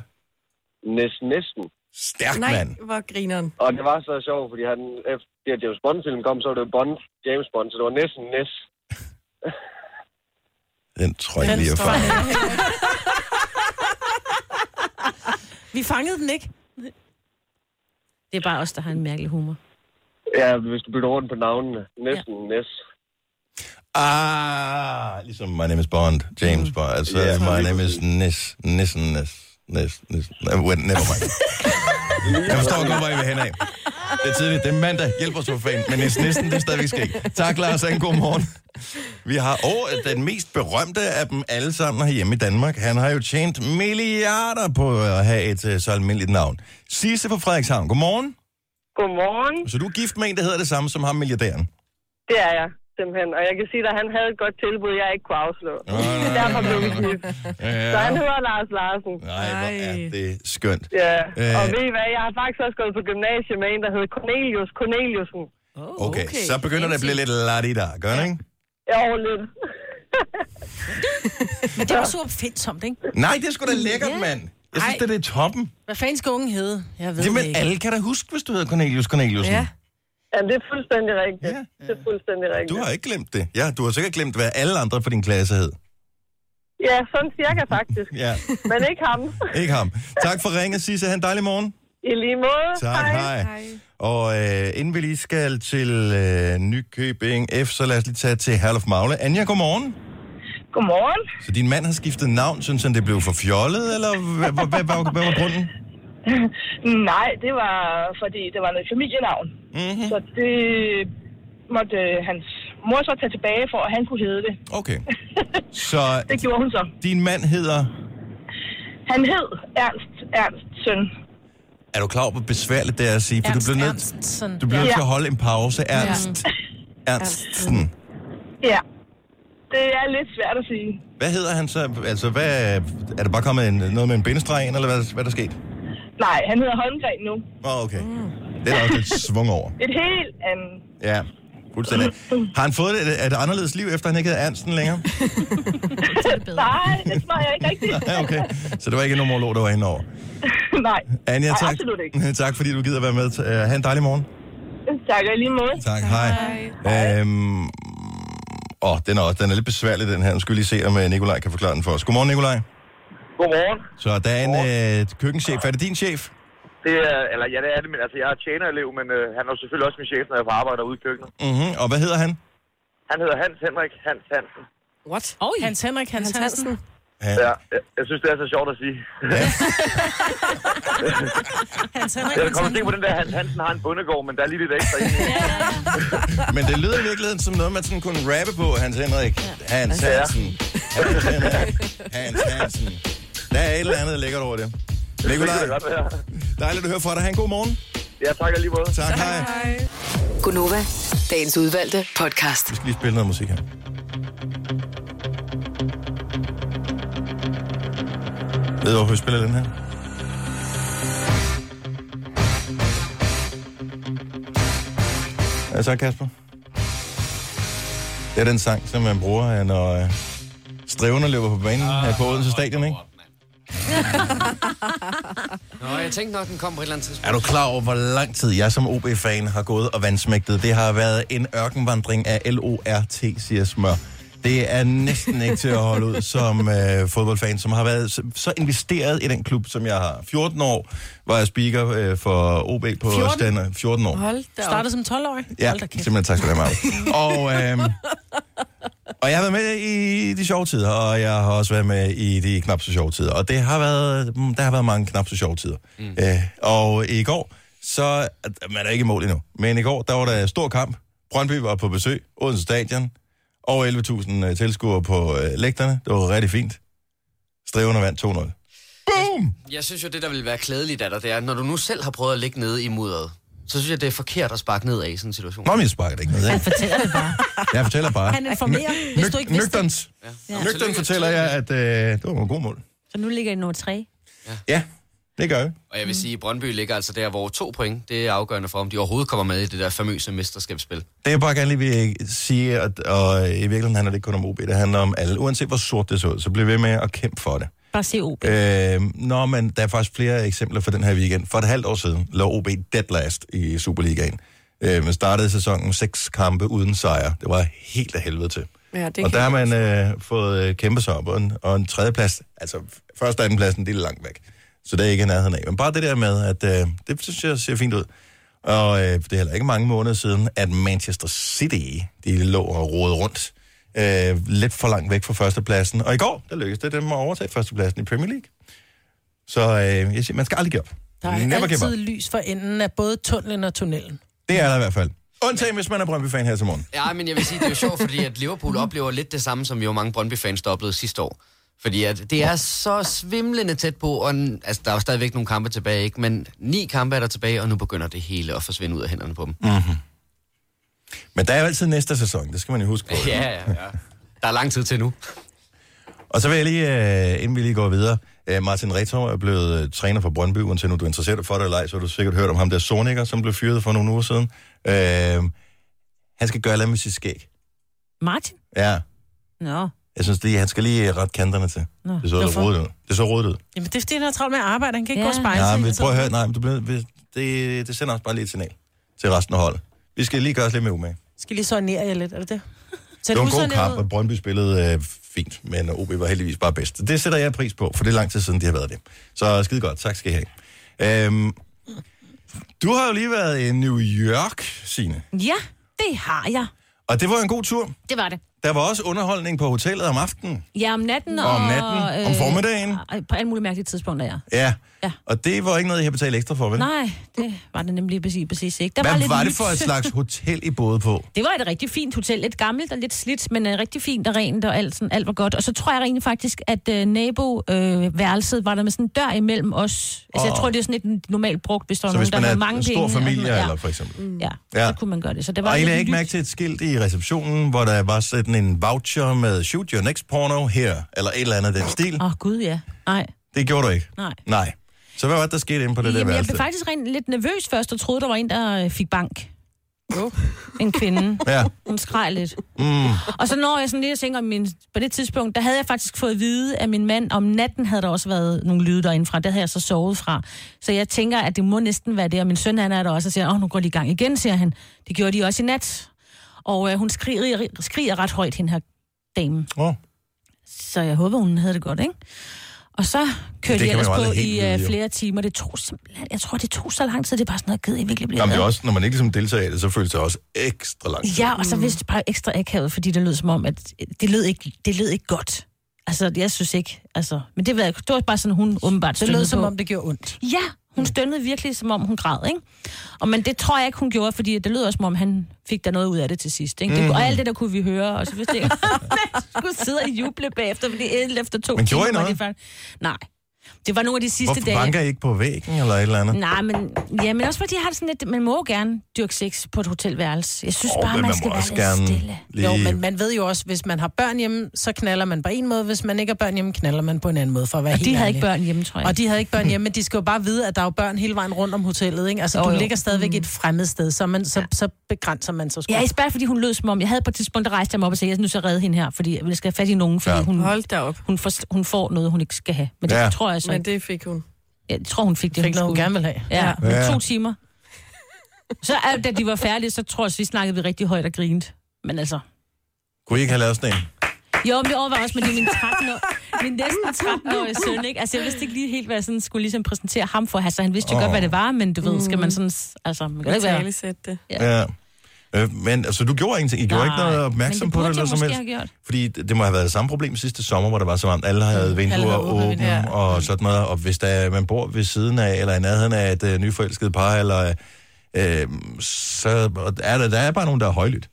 L: Næsten, næsten.
A: Stærk,
D: Nej, hvor grineren.
L: Og det var så sjovt, fordi han, efter det her James Bond-film kom, så var det jo Bond, James Bond, så det var næsten næs.
A: Den tror jeg ikke, vi er fanget.
C: Vi fangede den ikke. Det er bare os, der har en mærkelig humor.
L: Ja, hvis du bytter rundt på navnene. Næsten ja. næs.
A: Ah, ligesom My Name is Bond, James Bond. Altså, yeah, My Name is Nis, Nissen, Nis, Nis, Nis. Never mind. Jeg forstår godt, hvor I vil hen af. Det er tidligt, det er mandag, hjælp os for fanden, men Nis Nissen, det er stadigvæk sket. Tak, Lars, og en god morgen. Vi har over den mest berømte af dem alle sammen herhjemme i Danmark. Han har jo tjent milliarder på at have et øh, så almindeligt navn. Sisse fra Frederikshavn, godmorgen.
M: Godmorgen.
A: Så du er gift med en, der hedder det samme som ham, milliardæren?
M: Det er jeg, simpelthen. Og jeg kan sige, at han havde et godt tilbud, jeg ikke kunne afslå.
A: nej,
M: Derfor blev vi skift.
A: Ja.
M: Så han hedder Lars Larsen.
A: Nej, hvor er det skønt.
M: Ja,
A: Øh.
M: og ved I hvad? Jeg har faktisk også gået på gymnasiet med en, der hedder Cornelius Corneliusen.
A: Okay, okay. så begynder det at blive lidt la-di-da, gør det ikke?
M: Jeg er lidt.
B: Men det var super findsomt, ikke?
A: Nej, det er sgu da lækkert, yeah. mand. Jeg synes, det, det er toppen.
B: Hvad fanden skal unge hedde? Jeg ved det
A: Jamen,
B: ikke.
A: alle kan da huske, hvis du hedder Cornelius Corneliusen.
B: Ja.
M: Jamen, det er fuldstændig rigtigt.
A: Ja.
M: Det er fuldstændig rigtigt.
A: Du har ikke glemt det. Ja, du har sikkert glemt, hvad alle andre på din klasse hed.
M: Ja, sådan cirka faktisk.
A: Ja,
M: Men ikke ham.
A: ikke ham. Tak for ringet, Sisse. Ha' en dejlig morgen.
M: I lige måde.
A: Tak, hej. Og øh, inden vi lige skal til øh, Nykøbing F, så lad os lige tage til Herluf Magle. Anja, godmorgen.
N: Godmorgen.
A: Så din mand har skiftet navn, synes han, det blev for fjollet, eller hvad, hvad, hvad, hvad, hvad var grunden?
N: Nej, det var Ah, fordi, det var noget familienavn.
A: Mm-hmm.
N: Så det måtte øh, hans mor så tage tilbage for, at han kunne hedde det.
A: Okay. Så
N: Det gjorde hun så.
A: din mand hedder...
N: Han hed Ernst Ernst Søn.
A: Er du klar over, hvor besværligt det er at sige? For
N: Ernst
A: du bliver
N: Ernstsen.
A: nødt, du bliver nødt til at holde en pause. Ernst.
N: Ja.
A: Ernstsen.
N: Ja. Det er lidt svært at sige.
A: Hvad hedder han så? Altså, hvad, er der bare kommet en, noget med en bindestreg ind, eller hvad, hvad er der sket?
N: Nej, han hedder Holmgren nu.
A: Åh, oh, okay.
N: Mm.
A: Det er der også lidt svung over.
N: Et helt andet.
A: Ja, fuldstændig. Har han fået et, et anderledes liv, efter han ikke hedder Ernsten længere?
N: Nej, det tror jeg ikke rigtigt.
A: Ja, okay. Så det var ikke en nomolog, der var inde over.
N: Nej.
A: Anja,
N: Nej,
A: tak,
N: absolut ikke.
A: tak fordi du gider være med. Uh, ha' en dejlig morgen.
N: Tak, og i lige måde.
A: Tak, hej. hej. Øhm, åh, den er, også, den er lidt besværlig, den her. Nu skal vi lige se, om øh, Nikolaj kan forklare den for os. Godmorgen, Nikolaj.
O: Godmorgen.
A: Så der er en øh, køkkenchef. Er det din chef?
O: Det er, eller ja, det er det, men altså, jeg er tjenerelev, men øh, han er jo selvfølgelig også min chef, når jeg er på arbejde ude i køkkenet.
A: Mm-hmm. Og hvad hedder han?
O: Han hedder Hans Henrik Hans Hansen.
B: What? Oh, Hans Henrik Hans, Hans Hansen.
A: Han.
O: Ja, jeg, jeg, synes, det er så sjovt at sige.
B: Hans Henrik
O: jeg kommer til
B: Hans
O: at tænke på den der, Hans Hansen har en bondegård, men der er lige lidt ekstra i.
A: Men det lyder i virkeligheden som noget, man sådan kunne rappe på, Hans Henrik. Hans
O: Ja.
A: Hansen. Hans Henrik. Hans Hansen. Der er et eller andet lækkert over det. Nikolaj, dejligt at høre fra dig. Ha' en god morgen.
O: Ja, tak lige måde.
A: Tak, hej.
G: Gunova, dagens udvalgte podcast.
A: Vi skal lige spille noget musik her. Ved du, hvorfor vi spiller den her? Hvad så, Kasper? Det er den sang, som man bruger, øh, når øh, streverne løber på banen ah, på Odense Stadion, ikke?
P: Nå, jeg tænkte nok, den kom på et eller andet tidspunkt.
A: Er du klar over, hvor lang tid jeg som OB-fan har gået og vandsmægtet? Det har været en ørkenvandring af LORT, siger smør. Det er næsten ikke til at holde ud som øh, fodboldfan, som har været så, så investeret i den klub, som jeg har. 14 år var jeg speaker øh, for OB på
B: 14?
A: Stænder. 14 år.
B: Hold da Startede som 12-årig?
A: Ja,
B: Hold da kæft.
A: simpelthen tak skal du have, Maja. Og, øhm, og jeg har været med i de sjove tider, og jeg har også været med i de knap så sjove tider. Og det har været, mm, der har været mange knap så sjove tider. Mm. Øh, og i går, så man er ikke i mål endnu, men i går, der var der stor kamp. Brøndby var på besøg, Odense Stadion. Over 11.000 øh, tilskuere på øh, lægterne. Det var rigtig fint. Strevende vandt 2-0. Boom!
P: Jeg synes jo, det der ville være klædeligt af dig, det er, når du nu selv har prøvet at ligge nede i mudderet, så synes jeg, det er forkert at sparke ned af i sådan en situation.
A: Nå, men jeg sparker det ikke noget. Han
P: fortæller det bare.
A: Jeg fortæller bare.
P: Han informerer,
A: Nø-
P: hvis du ikke vidste det.
A: Nøgterns.
P: Ja.
A: Ja. Nøgtern fortæller jeg, at øh, det var nogle gode mål.
C: Så nu ligger I nummer tre.
A: Ja, Det gør vi.
P: Og jeg vil sige, at Brøndby ligger altså der, hvor to point, det er afgørende for, om de overhovedet kommer med i det der famøse mesterskabsspil.
A: Det jeg bare gerne lige vil øh, sige, at, og øh, i virkeligheden handler det ikke kun om OB, det handler om alle. Uanset hvor sort det så ud, så bliver ved med at kæmpe for det.
C: Bare se OB.
A: Øh, nå, men der er faktisk flere eksempler for den her weekend. For et halvt år siden lå OB dead last i Superligaen. Øh, man startede sæsonen seks kampe uden sejr. Det var helt af helvede til.
D: Ja, det
A: og der
D: kan
A: har man øh, fået øh, kæmpe sig op, og en, og en tredjeplads, altså f- første og andenpladsen, det er langt væk. Så det er ikke i nærheden af. Men bare det der med, at øh, det synes jeg ser fint ud. Og øh, det er heller ikke mange måneder siden, at Manchester City, de lå og rodede rundt øh, lidt for langt væk fra førstepladsen. Og i går, der lykkedes det dem at overtage førstepladsen i Premier League. Så øh, jeg siger, man skal aldrig give op.
B: Der er
A: Never give up.
B: altid lys for enden af både tunnelen og tunnelen.
A: Det er der i hvert fald. Undtagen, hvis man er Brøndby-fan her til morgen.
P: Ja, men jeg vil sige, det er jo sjovt, fordi at Liverpool oplever lidt det samme, som jo mange Brøndby-fans, der oplevede sidste år. Fordi at det er så svimlende tæt på, og n- altså, der er jo stadigvæk nogle kampe tilbage, ikke? men ni kampe er der tilbage, og nu begynder det hele at forsvinde ud af hænderne på dem.
A: Mm-hmm. Men der er jo altid næste sæson, det skal man jo huske på.
P: Ja, ja, ja. Der er lang tid til nu.
A: Og så vil jeg lige, øh, inden vi lige går videre, øh, Martin Retor er blevet øh, træner for Brøndby, uanset om du er interesseret for det eller ej, så har du sikkert hørt om ham der Soniker, som blev fyret for nogle uger siden. Øh, han skal gøre noget med sit skæg.
C: Martin?
A: Ja,
C: Nå.
A: jeg synes, det, han skal lige øh, rette kanterne til.
B: Nå.
A: Det så lidt
B: Hvorfor?
A: rodet ud. Det så rodet ud.
B: Jamen, det er fordi, han har travlt med at arbejde. Han kan ikke ja. gå og spejle
A: Nej,
B: sig
A: men
B: hele
A: vi prøver at
B: tiden.
A: høre. Nej, men du bliver, vi- det, det sender også bare lige et signal til resten af holdet. Vi skal lige gøre os lidt med umage.
B: Skal lige sonere jer lidt, er det det?
A: det var en god
B: usoneret
A: kamp,
B: ud?
A: og Brøndby spillede øh, fint, men OB var heldigvis bare bedst. Det sætter jeg pris på, for det er lang tid siden, de har været det. Så skide godt. Tak skal I have. Øhm, du har jo lige været i New York, Signe.
C: Ja, det har jeg.
A: Og det var en god tur.
C: Det var det.
A: Der var også underholdning på hotellet om aftenen.
C: Ja, om natten og...
A: Om natten, om formiddagen.
C: Øh, på alle mulige mærkelige tidspunkter, ja.
A: Ja. ja. Og det var ikke noget, jeg har betalt ekstra for, vel?
C: Nej, det var det nemlig præcis, præcis ikke. Der
A: Hvad
C: var,
A: var,
C: lidt
A: var det
C: nyt.
A: for et slags hotel, I boede på?
C: Det var et rigtig fint hotel, lidt gammelt og lidt slidt, men uh, rigtig fint og rent, og alt, sådan, alt var godt. Og så tror jeg egentlig faktisk, at uh, naboværelset var der med sådan en dør imellem os. Altså, jeg
A: Åh.
C: tror, det er sådan et normalt brugt, hvis der
A: Så
C: var
A: hvis
C: nogen, der
A: man
C: havde
A: er
C: mange
A: en stor
C: penge. og sådan
A: familie,
C: noget.
A: eller for eksempel.
C: Ja. Mm.
A: Ja.
C: ja, så kunne man gøre det. Så det var
A: og I
C: lidt
A: lagde ikke
C: nyt.
A: mærke til et skilt i receptionen, hvor der var sådan en voucher med shoot your next porno her, eller et eller andet af den stil.
C: Åh, oh, gud ja. Nej,
A: Det gjorde du ikke?
C: nej.
A: Nej. Så hvad var det, der skete inde på det der
C: Jamen, jeg
A: værelse?
C: blev faktisk rent lidt nervøs først, og troede, der var en, der øh, fik bank. Jo. En kvinde.
A: Ja.
C: Hun skreg lidt.
A: Mm.
C: Og så når jeg sådan lige og tænker, min, på det tidspunkt, der havde jeg faktisk fået at vide af min mand, om natten havde der også været nogle lyde derindefra, der havde jeg så sovet fra. Så jeg tænker, at det må næsten være det, og min søn han er der også og siger, åh, nu går de i gang igen, siger han. Det gjorde de også i nat. Og øh, hun skriger, skriger ret højt, hende her dame.
A: Oh.
C: Så jeg håber, hun havde det godt, ikke? Og så
A: kan
C: kørte de
A: man jo
C: ellers på
A: aldrig helt
C: i
A: vide,
C: øh,
A: jo.
C: flere timer. Det tog simpelthen, jeg tror, det tog så lang tid, det er bare sådan noget, gider I virkelig blive
A: Jamen, det er
C: ved?
A: også, når man ikke ligesom deltager i det, så føles det også ekstra langt.
C: Ja, og så vidste det bare ekstra akavet, fordi det lød som om, at det lød ikke, det lød ikke godt. Altså, jeg synes ikke, altså... Men det var, det var bare sådan, hun åbenbart
B: Det lød,
C: stønnede
B: som
C: på.
B: om det gjorde ondt.
C: Ja, hun stønnede virkelig, som om hun græd, ikke? Og men det tror jeg ikke, hun gjorde, fordi det lød også, som om han fik der noget ud af det til sidst, ikke? Det,
A: Mhm.
C: og alt det, der kunne vi høre, og så vidste jeg ikke, man skulle sidde og juble bagefter, fordi endelig efter to
A: Men gjorde I
C: timer... var
A: noget?
C: de færdige. Nej. Det var nogle af de sidste
A: Hvorfor
C: dage.
A: banker I ikke på væggen eller et eller andet?
C: Nej, men, ja, men også fordi jeg har det sådan lidt, man må jo gerne dyrke sex på et hotelværelse. Jeg synes
A: Åh,
C: oh, bare,
A: men
C: man,
A: man
C: skal
A: må
C: være
A: også
C: lidt
A: gerne
C: stille.
B: Lige... Jo,
A: Lige-
B: men man ved jo også, hvis man har børn hjemme, så knaller man på en måde. Hvis man ikke har børn hjemme, knaller man på en anden måde, for at være
C: Og
B: helt
C: de havde
B: ærlig.
C: ikke børn hjemme, tror jeg.
B: Og de havde ikke børn hjemme, men de skal jo bare vide, at der er jo børn hele vejen rundt om hotellet, ikke? Altså,
C: Jo,
B: du
C: jo.
B: ligger stadigvæk et fremmed sted, så, man, så, så begrænser man sig sgu.
C: Ja, især fordi hun lød som om, jeg havde på et tidspunkt, der rejste jeg mig op og sagde, jeg er nødt til at redde hende her, fordi jeg skal have fat i nogen, fordi ja. hun, Hold da op. Hun, får, hun får noget, hun ikke skal have. Men det
D: Ja.
C: ja. tror jeg så
D: Men
C: ikke. det fik hun. Jeg tror, hun fik det,
B: Fik noget, hun gerne ville have.
C: Ja,
B: Ja.
C: ja.
B: Ja.
C: to timer. Så øh, da de var færdige, så tror jeg, vi snakkede vi rigtig højt og grinte. Men altså,
A: Kunne I ikke have lavet sådan en?
C: jo, men det overvejer også, men det er min, 13 år, min næsten 13-årige søn, ikke? Altså, jeg vidste ikke lige helt, hvad jeg sådan skulle ligesom præsentere ham for. Altså, han vidste jo
A: Åh.
C: godt, hvad det var, men du ved, skal man sådan... Altså, man kan jo ikke være...
D: Italesætte det.
A: Ja. ja. Øh, men altså, du gjorde ingenting. I gjorde ikke noget opmærksom på det eller som helst. Fordi det, det må have været det samme problem sidste sommer, hvor der var så varmt. Alle havde vinduer
B: havde åbne
A: åbne
B: vinduer.
A: og sådan noget. Og hvis der, man bor ved siden af, eller i nærheden af et øh, nyforelsket par, eller, øh, så er der, der er bare nogen, der er højlydt.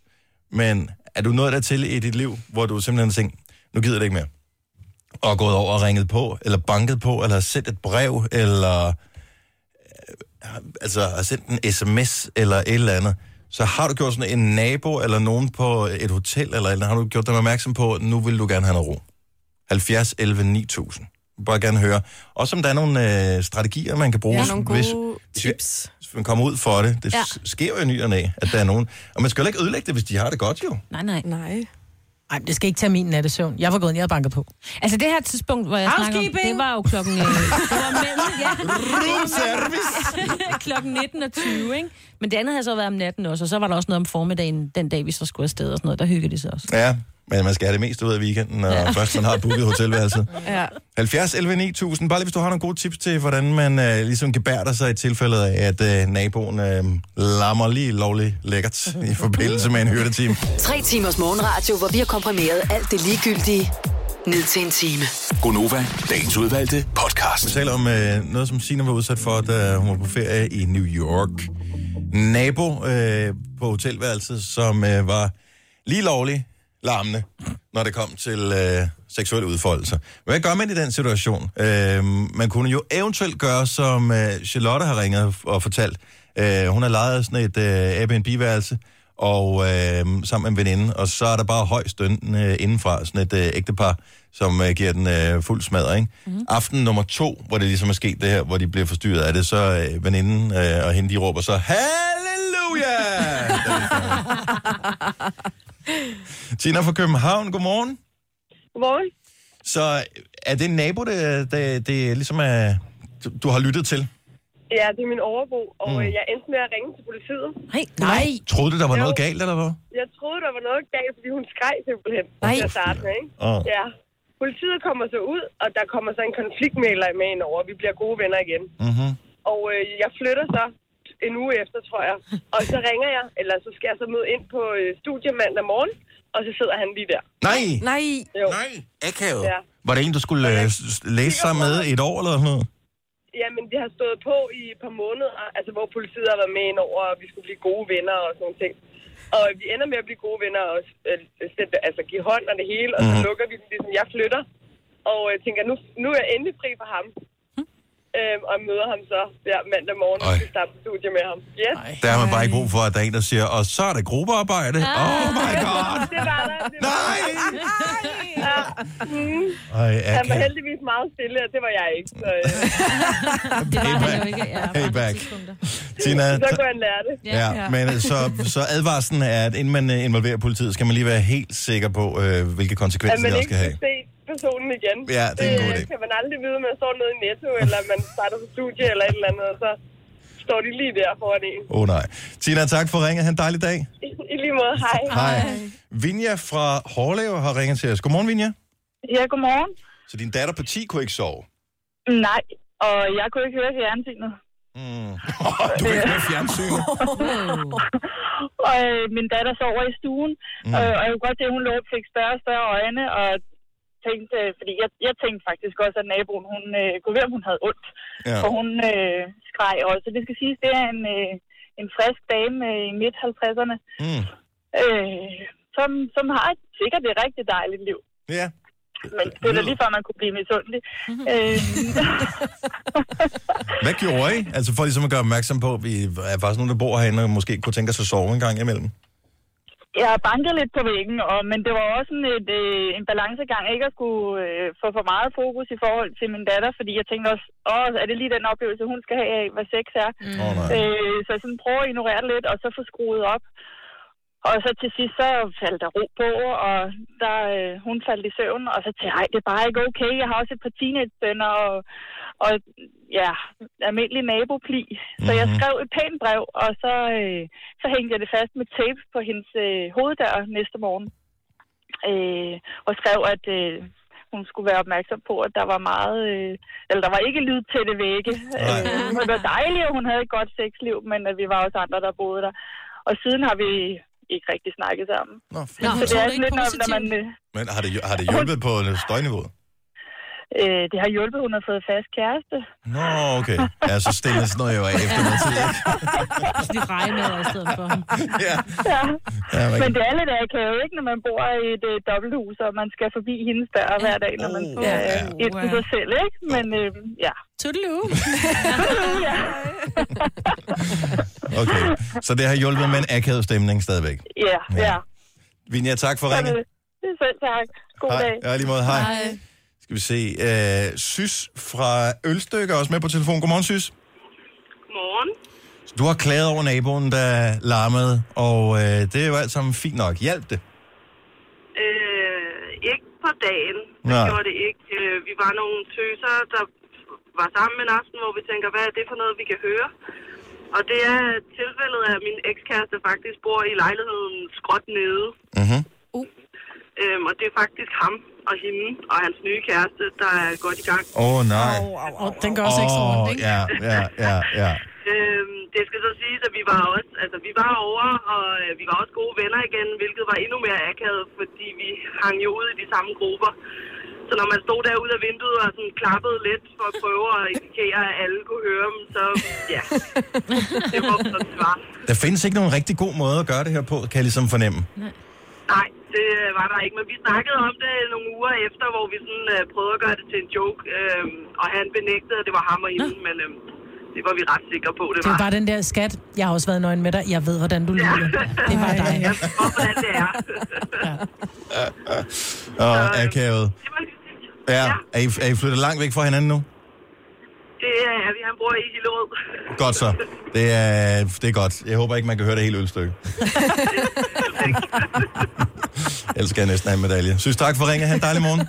A: Men er du nået dertil i dit liv, hvor du simpelthen tænker, nu gider det ikke mere? Og gået over og ringet på, eller banket på, eller har sendt et brev, eller øh, altså har sendt en sms, eller et eller andet. Så har du gjort sådan en nabo, eller nogen på et hotel, eller, et eller andet, har du gjort dem opmærksom på, nu vil du gerne have noget ro? 70 11 9000. bare gerne høre. Også om der er nogle øh, strategier, man kan bruge.
D: Ja, nogle
A: hvis,
D: gode
A: hvis, tips. Hvis man kommer ud for det. Det
D: Ja.
A: ja. sker jo i nyerne af, at der er nogen. Og man skal jo ikke ødelægge det, hvis de har det godt jo.
C: Nej, nej.
D: Nej.
B: Nej, det skal ikke tage min nattesøvn. Jeg var gået ned og banket på.
C: Altså det her tidspunkt, hvor jeg snakker om, det var jo klokken... Øh, det var mellem, ja.
B: Room service.
C: klokken 19 og 20, ikke? Men det andet havde så været om natten også, og så var der også noget om formiddagen, den dag vi så skulle afsted og sådan noget. Der hyggede de sig også.
A: Ja, men man skal have det meste ud af weekenden, når
C: Ja.
A: ja. først man har booket hotelværelset.
D: Ja.
A: 70 11 9000. Bare lige, hvis du har nogle gode tips til, hvordan man øh, ligesom gebærder sig i tilfældet af, at øh, naboen øh, lammer lige lovligt lækkert i forbindelse med en hyrdeteam.
G: Tre timers morgenradio, hvor vi har komprimeret alt det ligegyldige ned til en time.
A: Gonova, dagens udvalgte podcast. Vi taler om øh, noget, som Sina var udsat for, da hun var på ferie i New York. Nabo øh, på hotelværelset, som øh, var lige lovlig larmende, når det kom til øh, seksuelle udfoldelser. Hvad gør man i den situation? Øh, man kunne jo eventuelt gøre, som øh, Charlotte har ringet og fortalt. Øh, hun har lejet sådan et øh, Airbnb-værelse og øh, sammen med en veninde, og så er der bare høj støn øh, indenfra, sådan et øh, ægtepar, som øh, giver den øh, fuld smadre, ikke? Mm. Aften nummer to, hvor det ligesom er sket det her, hvor de bliver forstyrret af det, så øh, veninden øh, og hende, de råber så, Halleluja! Tina fra København, godmorgen.
M: Godmorgen.
A: Så er det en nabo, det, det, det ligesom er, du, du har lyttet til?
M: Ja, det er min overbo, og
A: Mm.
M: mm. jeg endte med at ringe til politiet.
C: Nej,
A: Nej. Troede du, der var
M: Jo.
A: noget galt, eller hvad?
M: Jeg troede, der var noget galt, fordi hun skreg simpelthen
A: Nej.
M: til at starte med, ikke?
A: Åh.
M: Ja. Politiet kommer så ud, og der kommer så en konfliktmægler med ind over. Vi bliver gode venner igen.
A: Mm-hmm.
M: Og øh, jeg flytter så en uge efter, tror jeg. Og så ringer jeg, eller så skal jeg så møde ind på øh, studiet mandag morgen, og så sidder han lige der.
A: Nej!
M: Nej! Jo. Nej!
A: Akavet.
M: Ja.
A: Var det en, du skulle øh, s- s- læse sammen med i et år, eller sådan noget?
M: Jamen, det har stået på i et par måneder, altså hvor politiet har været med ind over, og vi skulle blive gode venner og sådan nogle ting. Og vi ender med at blive gode venner og øh, sætte, altså, give hånd og det hele, og så
A: Mhm.
M: lukker vi den, ligesom jeg flytter. Og øh, tænker, nu, nu er jeg endelig fri for ham. Øhm, og møder ham så der mandag morgen, og
A: Mhm. Ej.
M: skal starte på studie med ham. Yes.
A: Der har man bare ikke brug for, at der er en, der siger, og så er der gruppearbejde.
M: Ah.
A: Åh, oh, my god.
M: Det var der. Det var
A: Nej!
M: Ja. Mm.
A: Ej,
M: Han var
A: akavet.
M: heldigvis meget stille, og det var jeg ikke. Så, øh,
A: Payback. Tina,
M: så
A: ta-
M: kunne han lære det.
A: Ja, ja. men øh, så, så advarslen er, at inden man øh, involverer politiet, skal man lige være helt sikker på, øh, hvilke
M: at
A: konsekvenser
M: man
A: det også
M: ikke
A: skal have.
M: kan se personen igen.
A: Ja, det er en god idé.
M: det øh, kan man aldrig vide, man står nede i Netto, eller man starter på studie, eller et eller andet, og så står de lige der foran en.
A: Åh oh, nej. Tina, tak for ringet. Ha' en dejlig dag.
M: I lige måde, hej.
A: Hej. Vinja fra Hårlev har ringet til os. Godmorgen, Vinja.
Q: Ja, godmorgen.
A: Så din datter på 10 kunne ikke sove.
Q: Nej, og jeg kunne ikke høre fjernsynet.
A: Mm. du kan ikke høre fjernsynet.
Q: og øh, min datter sover i stuen, mm. øh, og jeg kunne godt se, at hun lå og fik større og større øjne, og tænkte, øh, fordi jeg, jeg tænkte faktisk også, at naboen, hun øh, kunne være, hun havde ondt,
A: Ja.
Q: ja. for hun øh, skreg også. Det skal siges, det er en, øh, en frisk dame øh, i midt-50'erne,
A: Mm.
Q: øh, som, som har et, sikkert et rigtig dejligt liv.
A: Ja.
Q: Men det er da lige før, man kunne blive misundelig. øh,
A: Hvad gjorde I? Altså for ligesom at gøre opmærksom på, at vi er faktisk nogen, der bor herinde, og måske kunne tænke os at sove en gang imellem.
Q: Jeg har banket lidt på væggen, og, men det var også sådan et, øh, en balancegang, ikke at skulle øh, få for meget fokus i forhold til min datter, fordi jeg tænkte også, åh, er det lige den oplevelse, hun skal have af, hvad sex er?
A: Mm. Åh, nej.
Q: øh, så jeg sådan prøve at ignorere det lidt, og så få skruet op. Og så til sidst, så faldt der ro på, og der, øh, hun faldt i søvn, og så tænkte jeg, "Ej, det er bare ikke okay, jeg har også et par teenage-sønner, og, og ja, almindelig nabopli. Mm-hmm. Så jeg skrev et pænt brev, og så, øh, så hængte jeg det fast med tape på hendes øh, hoveddør næste morgen. Øh, og skrev, at øh, hun skulle være opmærksom på, at der var meget, øh, eller der var ikke lyd til det vægge. Øh, det var dejligt, og hun havde et godt sexliv, men at vi var også andre, der boede der. Og siden har vi ikke rigtig snakket sammen.
A: Nå,
Q: Nå,
A: hun
Q: så det
A: tog
Q: er
A: det
Q: sådan lidt,
A: ikke
Q: når, når man... Øh,
A: Men har det, har det hjulpet på støjniveauet?
Q: øh, det har hjulpet, hun har fået fast kæreste.
A: Nå, okay. Ja, så stille sådan noget jo af efter noget tid. ikke?
C: Altså,
Q: Så de regner i stedet for ham.
A: ja.
Q: ja.
A: Ja, men-
Q: Men det er lidt akavet, ikke, når man bor i et øh, dobbelthus, og man skal forbi hendes dør hver dag, når man skal
A: ja.
Q: øh, ind til sig selv, ikke? Men øh, ja.
B: Toodaloo.
Q: ja.
A: Okay, så det har hjulpet med en akavet stemning stadigvæk.
Q: Ja, ja. Øh,
A: Vinja, tak for ringet.
Q: Selv tak. God
A: Hej.
Q: dag.
A: Ja, lige måde. Hej. Skal vi se. Øh, Sys fra Ølstykker er også med på telefon. Godmorgen, Sys.
R: Godmorgen.
A: Så Du har klaget over naboen, der larmede, og øh, det er jo alt sammen fint nok. Hjælp det.
R: Øh, ikke på dagen. Det
A: Nej.
R: gjorde det ikke. Øh, vi var nogle tøser, der var sammen en aften, hvor vi tænker, hvad er det for noget, vi kan høre? Og det er tilfældet, at min ekskæreste faktisk bor i lejligheden skråt nede. Uh.
A: Mm-hmm.
R: Øhm, og det er faktisk ham og hende og hans nye kæreste, der er godt i gang.
A: Åh, oh, nej. Åh,
B: Og den går også ekstra
A: oh,
B: ondt, ikke?
A: ja, ja, ja, ja.
R: Øhm, det skal så siges, at vi var også, altså vi var over, og øh, vi var også gode venner igen, hvilket var endnu mere akavet, fordi vi hang jo ud i de samme grupper. Så når man stod derude af vinduet og sådan klappede lidt for at prøve at indikere, at alle kunne høre dem, så ja, det var sådan, det var.
A: Der findes ikke nogen rigtig god måde at gøre det her på, kan jeg ligesom fornemme.
R: Nej, det øh, var der ikke, men vi snakkede om det nogle uger efter, hvor vi sådan øh, prøvede at gøre det til en joke, øh, og han benægtede, at det var ham og hende, men øh, det var vi ret sikre på, det
B: Det
R: var.
B: er bare den der skat. Jeg har også været nøgen med dig. Jeg ved, hvordan du lyder. Det var dig.
A: Og akavet. Ja, er I, er I flyttet langt væk fra hinanden nu?
R: Det er vi, han bor i Hillerød.
A: Godt så. Det er, det er godt. Jeg håber ikke, man kan høre det hele ølstykke. Ellers skal jeg næsten have en medalje. Synes tak for ringe. Ha' en dejlig morgen.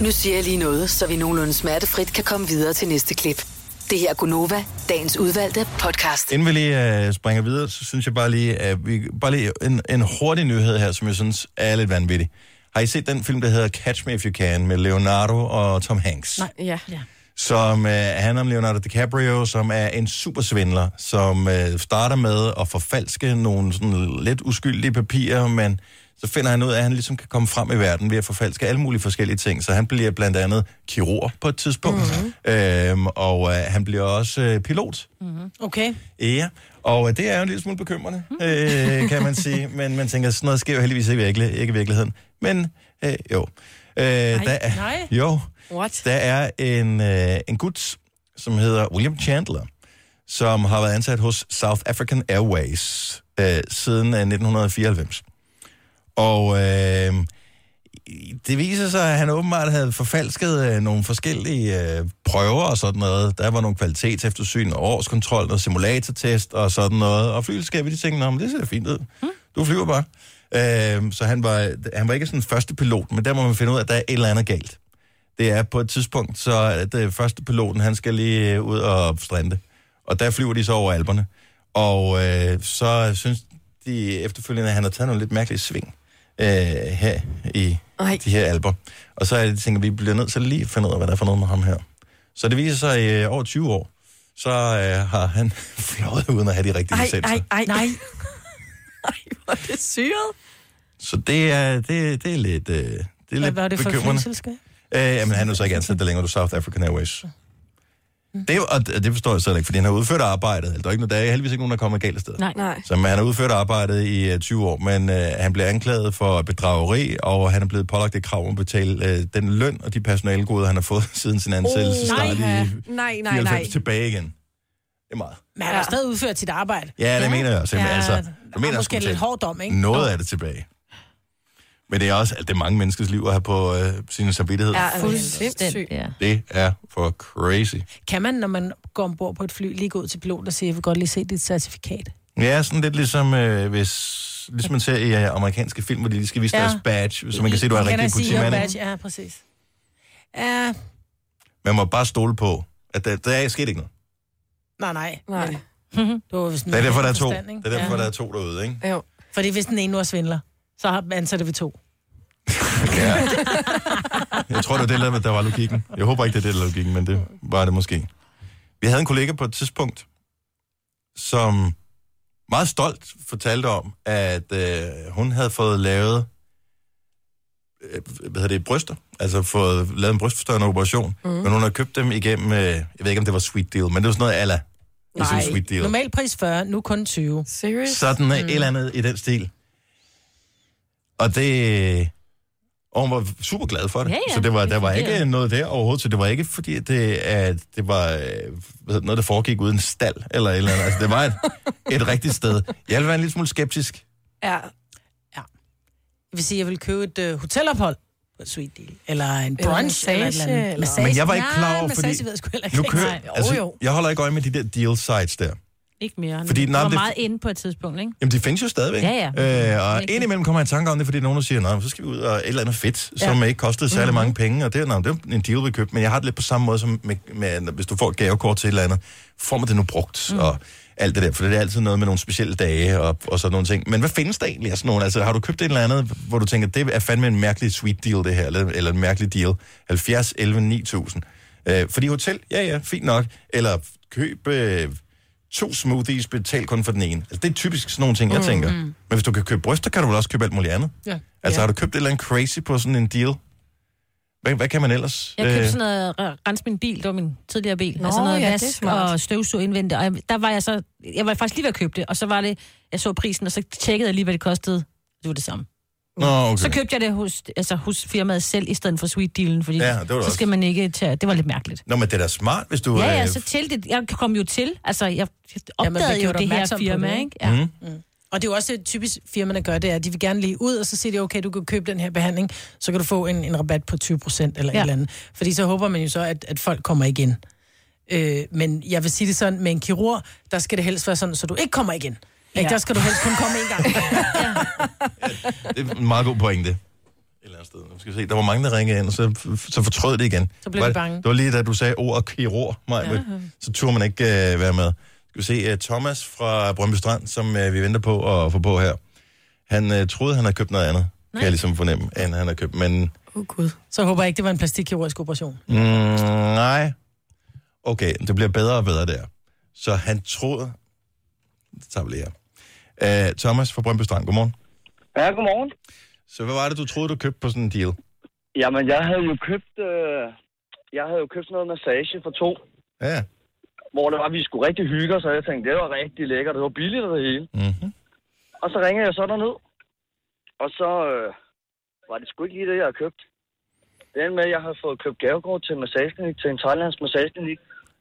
G: Nu siger jeg lige noget, så vi nogenlunde smertefrit kan komme videre til næste klip. Det her er Gunova, dagens udvalgte podcast.
A: Inden vi lige øh, springer videre, så synes jeg bare lige, at vi, bare lige en, en hurtig nyhed her, som jeg synes er lidt vanvittig. Har I set den film, der hedder Catch Me If You Can med Leonardo og Tom Hanks?
D: Nej, ja. ja.
A: som øh, handler om Leonardo DiCaprio, som er en supersvindler, som øh, starter med at forfalske nogle sådan lidt uskyldige papirer, men så finder han ud af, at han ligesom kan komme frem i verden ved at forfalske alle mulige forskellige ting. Så han bliver blandt andet kirurg på et tidspunkt, mm-hmm. øhm, og øh, han bliver også øh, pilot.
B: Okay.
A: Ja, og øh, det er jo en lille smule bekymrende, øh, kan man sige. Men man tænker, sådan noget sker jo heldigvis ikke, virkelig, ikke i virkeligheden. Men øh, jo. Øh, nej, der er,
B: nej.
A: Jo.
D: What?
A: Der er en, øh, en gut, som hedder William Chandler, som har været ansat hos South African Airways øh, siden øh, 1994. Og øh, det viser sig, at han åbenbart havde forfalsket øh, nogle forskellige øh, prøver og sådan noget. Der var nogle kvalitetseftersyn og årskontrol og simulatortest og sådan noget. Og flyselskabet, de tænkte, "Nå, men det ser da fint ud. Du flyver bare. Øh, så han var, han var ikke sådan første pilot, men der må man finde ud af, at der er et eller andet galt. Det er på et tidspunkt, så at øh, første piloten, han skal lige øh, ud og strande. Og der flyver de så over alberne. Og øh, så synes de efterfølgende, at han har taget nogle lidt mærkelige sving øh, her i Ej. de her alber. Og så er det, de tænker, vi bliver nødt til lige at finde ud af, hvad der er for noget med ham her. Så det viser sig, at øh, over 20 år, så øh, har han fløjet uden at have de rigtige
D: Ej,
A: licenser.
D: ej, ej. Nej. Ej, hvor er det syret.
A: Så det er, det, det er lidt, øh, det er lidt
B: Hvad var det for et
A: bekymrende.
B: flyselskab?
A: Øh, jamen, han er jo så ikke ansat der længere, du South African Airways. Mm. Det, er jo- og det det forstår jeg selv ikke, fordi han har udført arbejdet. Altså, Der er, ikke, der er heldigvis ikke nogen, der kommer galt af sted.
C: Nej.
D: Nej.
A: Så han har udført arbejdet i øh, 20 år, men øh, han blev anklaget for bedrageri, og han er blevet pålagt et krav om at betale øh, den løn og de personalegoder, han har fået siden sin ansættelse.
B: Oh,
A: startede
B: nej,
A: i
D: Nej,
A: 94 tilbage igen. Det er meget.
B: Men han har stadig udført sit arbejde.
A: Ja, det mener jeg også. Ja, altså, jeg
B: og
A: mener,
B: måske
A: jeg skulle
B: lidt
A: tage
B: hård dom, ikke?
A: Noget af det tilbage. Men det er også, at det er mange menneskers liv at have på øh, sin samvittighed.
B: Ja, altså, fuldstændig. Ja.
A: Det er for crazy.
B: Kan man, når man går ombord på et fly, lige gå ud til piloten og sige, jeg vil godt lige se dit certifikat?
A: Ja, sådan lidt ligesom, øh, hvis, ligesom man ser i øh, amerikanske film, hvor de lige skal vise
B: Ja.
A: ja. deres badge, så man kan se, du er en
B: Can I
A: rigtig
B: see your
A: politimand.
B: badge?
A: ikke?
B: Ja, præcis. Ja,
A: Man må bare stole på, at der, der er sket ikke noget.
B: nej, nej. nej. Det, var
A: Det er derfor, der er to. Det er derfor, der er to derude, ikke?
B: Jo. Fordi hvis den ene nu er svindler, så har ansætter vi to.
A: Ja. Jeg tror, det var det, der var logikken. Jeg håber ikke, det er det, der er logikken, men det var det måske. Vi havde en kollega på et tidspunkt, som meget stolt fortalte om, at øh, hun havde fået lavet øh, hvad hedder det, bryster, altså fået lavet en brystforstørrende operation, mm. men hun har købt dem igennem, øh, jeg ved ikke, om det var Sweet Deal, men det var sådan noget ala. Ligesom Sweet Deal.
B: normal pris 40, nu kun 20.
D: Serious?
A: Sådan mm. et eller andet i den stil. Og det... Og hun var super glad for det.
B: Ja, ja.
A: Så det var, der var
B: Det
A: ikke
B: fungerer.
A: noget der overhovedet. Så det var ikke fordi, at det, at det var øh, hvad hedder det, noget, der foregik uden stald eller et eller andet. Altså, det var et, et rigtigt sted. Jeg ville være en lille smule skeptisk.
D: Ja.
B: ja. Jeg vil sige, jeg vil købe et øh, hotelophold, sweet deal. Eller en brunch, eller, et Øh, eller, andet.
A: Massage. Men jeg var ikke klar over,
B: Nej,
A: fordi...
B: massage ved jeg sgu heller ikke.
A: nu kører,
B: Nej,
A: altså,
B: jo, jo.
A: Jeg holder ikke øje med de der deal sites der.
C: Ikke mere.
A: Fordi,
C: Fordi,
A: nej,
C: nej, var
A: det-
C: meget inde på et tidspunkt, ikke?
A: Jamen, de findes jo stadigvæk.
C: Ja,
A: ja. Øh, og indimellem kommer jeg i tanke om det, fordi nogen der siger, nej, så skal vi ud og et eller andet fedt,
C: Ja.
A: som ikke kostede særlig
C: Mhm.
A: mange penge, og det, er- nå, det er en deal, vi købte, men jeg har det lidt på samme måde, som med, med, hvis du får et gavekort til et eller andet, får man det nu brugt,
C: Mhm.
A: mm. og alt det der, for det er altid noget med nogle specielle dage og, og sådan nogle ting. Men hvad findes der egentlig af sådan nogle? Altså, har du købt et eller andet, hvor du tænker, det er fandme en mærkelig sweet deal, det her, eller, eller en mærkelig deal? 70, 11, 9000. Øh, fordi hotel, ja ja, fint nok. Eller køb øh, to smoothies, betal kun for den ene. Altså, det er typisk sådan nogle ting, jeg
S: Mm,
A: tænker.
S: mm.
A: Men hvis du kan købe bryster, kan du vel også købe alt muligt andet?
B: Ja.
A: Altså, har du købt et eller andet crazy på sådan en deal? Hvad, hvad kan man ellers?
C: Jeg købte
A: Øh,
C: sådan noget, r- rens min bil, det var min tidligere bil.
B: Nå,
C: altså noget
B: ja, det er
C: vask
B: smart.
C: og støvsug indvendigt. Og jeg- der var jeg så, jeg var faktisk lige ved at købe det, og så var det, jeg så prisen, og så tjekkede jeg lige, hvad det kostede. Det var det samme.
A: Nå, okay.
C: Så købte jeg det hos, altså, hos firmaet selv, i stedet for sweet dealen, fordi
A: Ja, det var da
C: så
A: også-
C: skal man ikke tage, det var lidt mærkeligt.
A: Nå, men det er da smart, hvis du...
C: ja, ja,
A: øh,
C: så til det, jeg kom jo til, altså jeg jeg
B: Ja, man bliver
C: opdagede jo
B: gjort
C: det her
B: opmærksom på
C: firma,
B: det,
C: ikke?
B: ikke?
C: Ja.
A: Mm.
B: Og det er jo også det typisk firmaerne gør, det er, at de vil gerne lige ud, og så siger de, okay, du kan købe den her behandling, så kan du få en, en rabat på 20 procent eller ja.
C: Ja.
B: et eller andet. Fordi så håber man jo så, at, at folk kommer igen. Øh, men jeg vil sige det sådan, med en kirurg, der skal det helst være sådan, så du ikke kommer igen. Ja. Ikke? Der skal du helst kun komme en gang.
A: Det er en meget god pointe. Et eller andet sted. Nu skal vi se. Der var mange, der ringede ind, og så, så fortrød det igen.
B: Så blev
A: var,
B: de bange.
A: Det var lige da du sagde ord og kirurg, Maja, ja. så turde man ikke øh, være med. Skal vi se uh, Thomas fra Brøndby Strand, som øh, vi venter på at få på her. Han øh, troede, han havde købt noget andet, Nej. kan jeg ligesom fornemme, end han har købt. Men
B: Åh oh, gud. Så håber jeg ikke, det var en plastikkirurgisk operation.
A: Mm, nej. Okay, det bliver bedre og bedre der. Så han troede... Det tager vi lige her. Uh, Thomas fra Brøndby Strand, godmorgen.
T: Ja, godmorgen.
A: Så hvad var det, du troede, du købte på sådan en deal?
T: Jamen, jeg havde jo købt, øh, jeg havde jo købt sådan noget massage for to.
A: Ja.
T: Hvor det var, vi skulle rigtig hygge os, og jeg tænkte, det var rigtig lækkert, det var billigt og det hele.
A: Mm-hmm.
T: Og så ringede jeg så derned, og så øh, var det sgu ikke lige det, jeg havde købt. Det endte med, at jeg havde fået købt gavekort til en massageklinik, til en thailandsk massageklinik,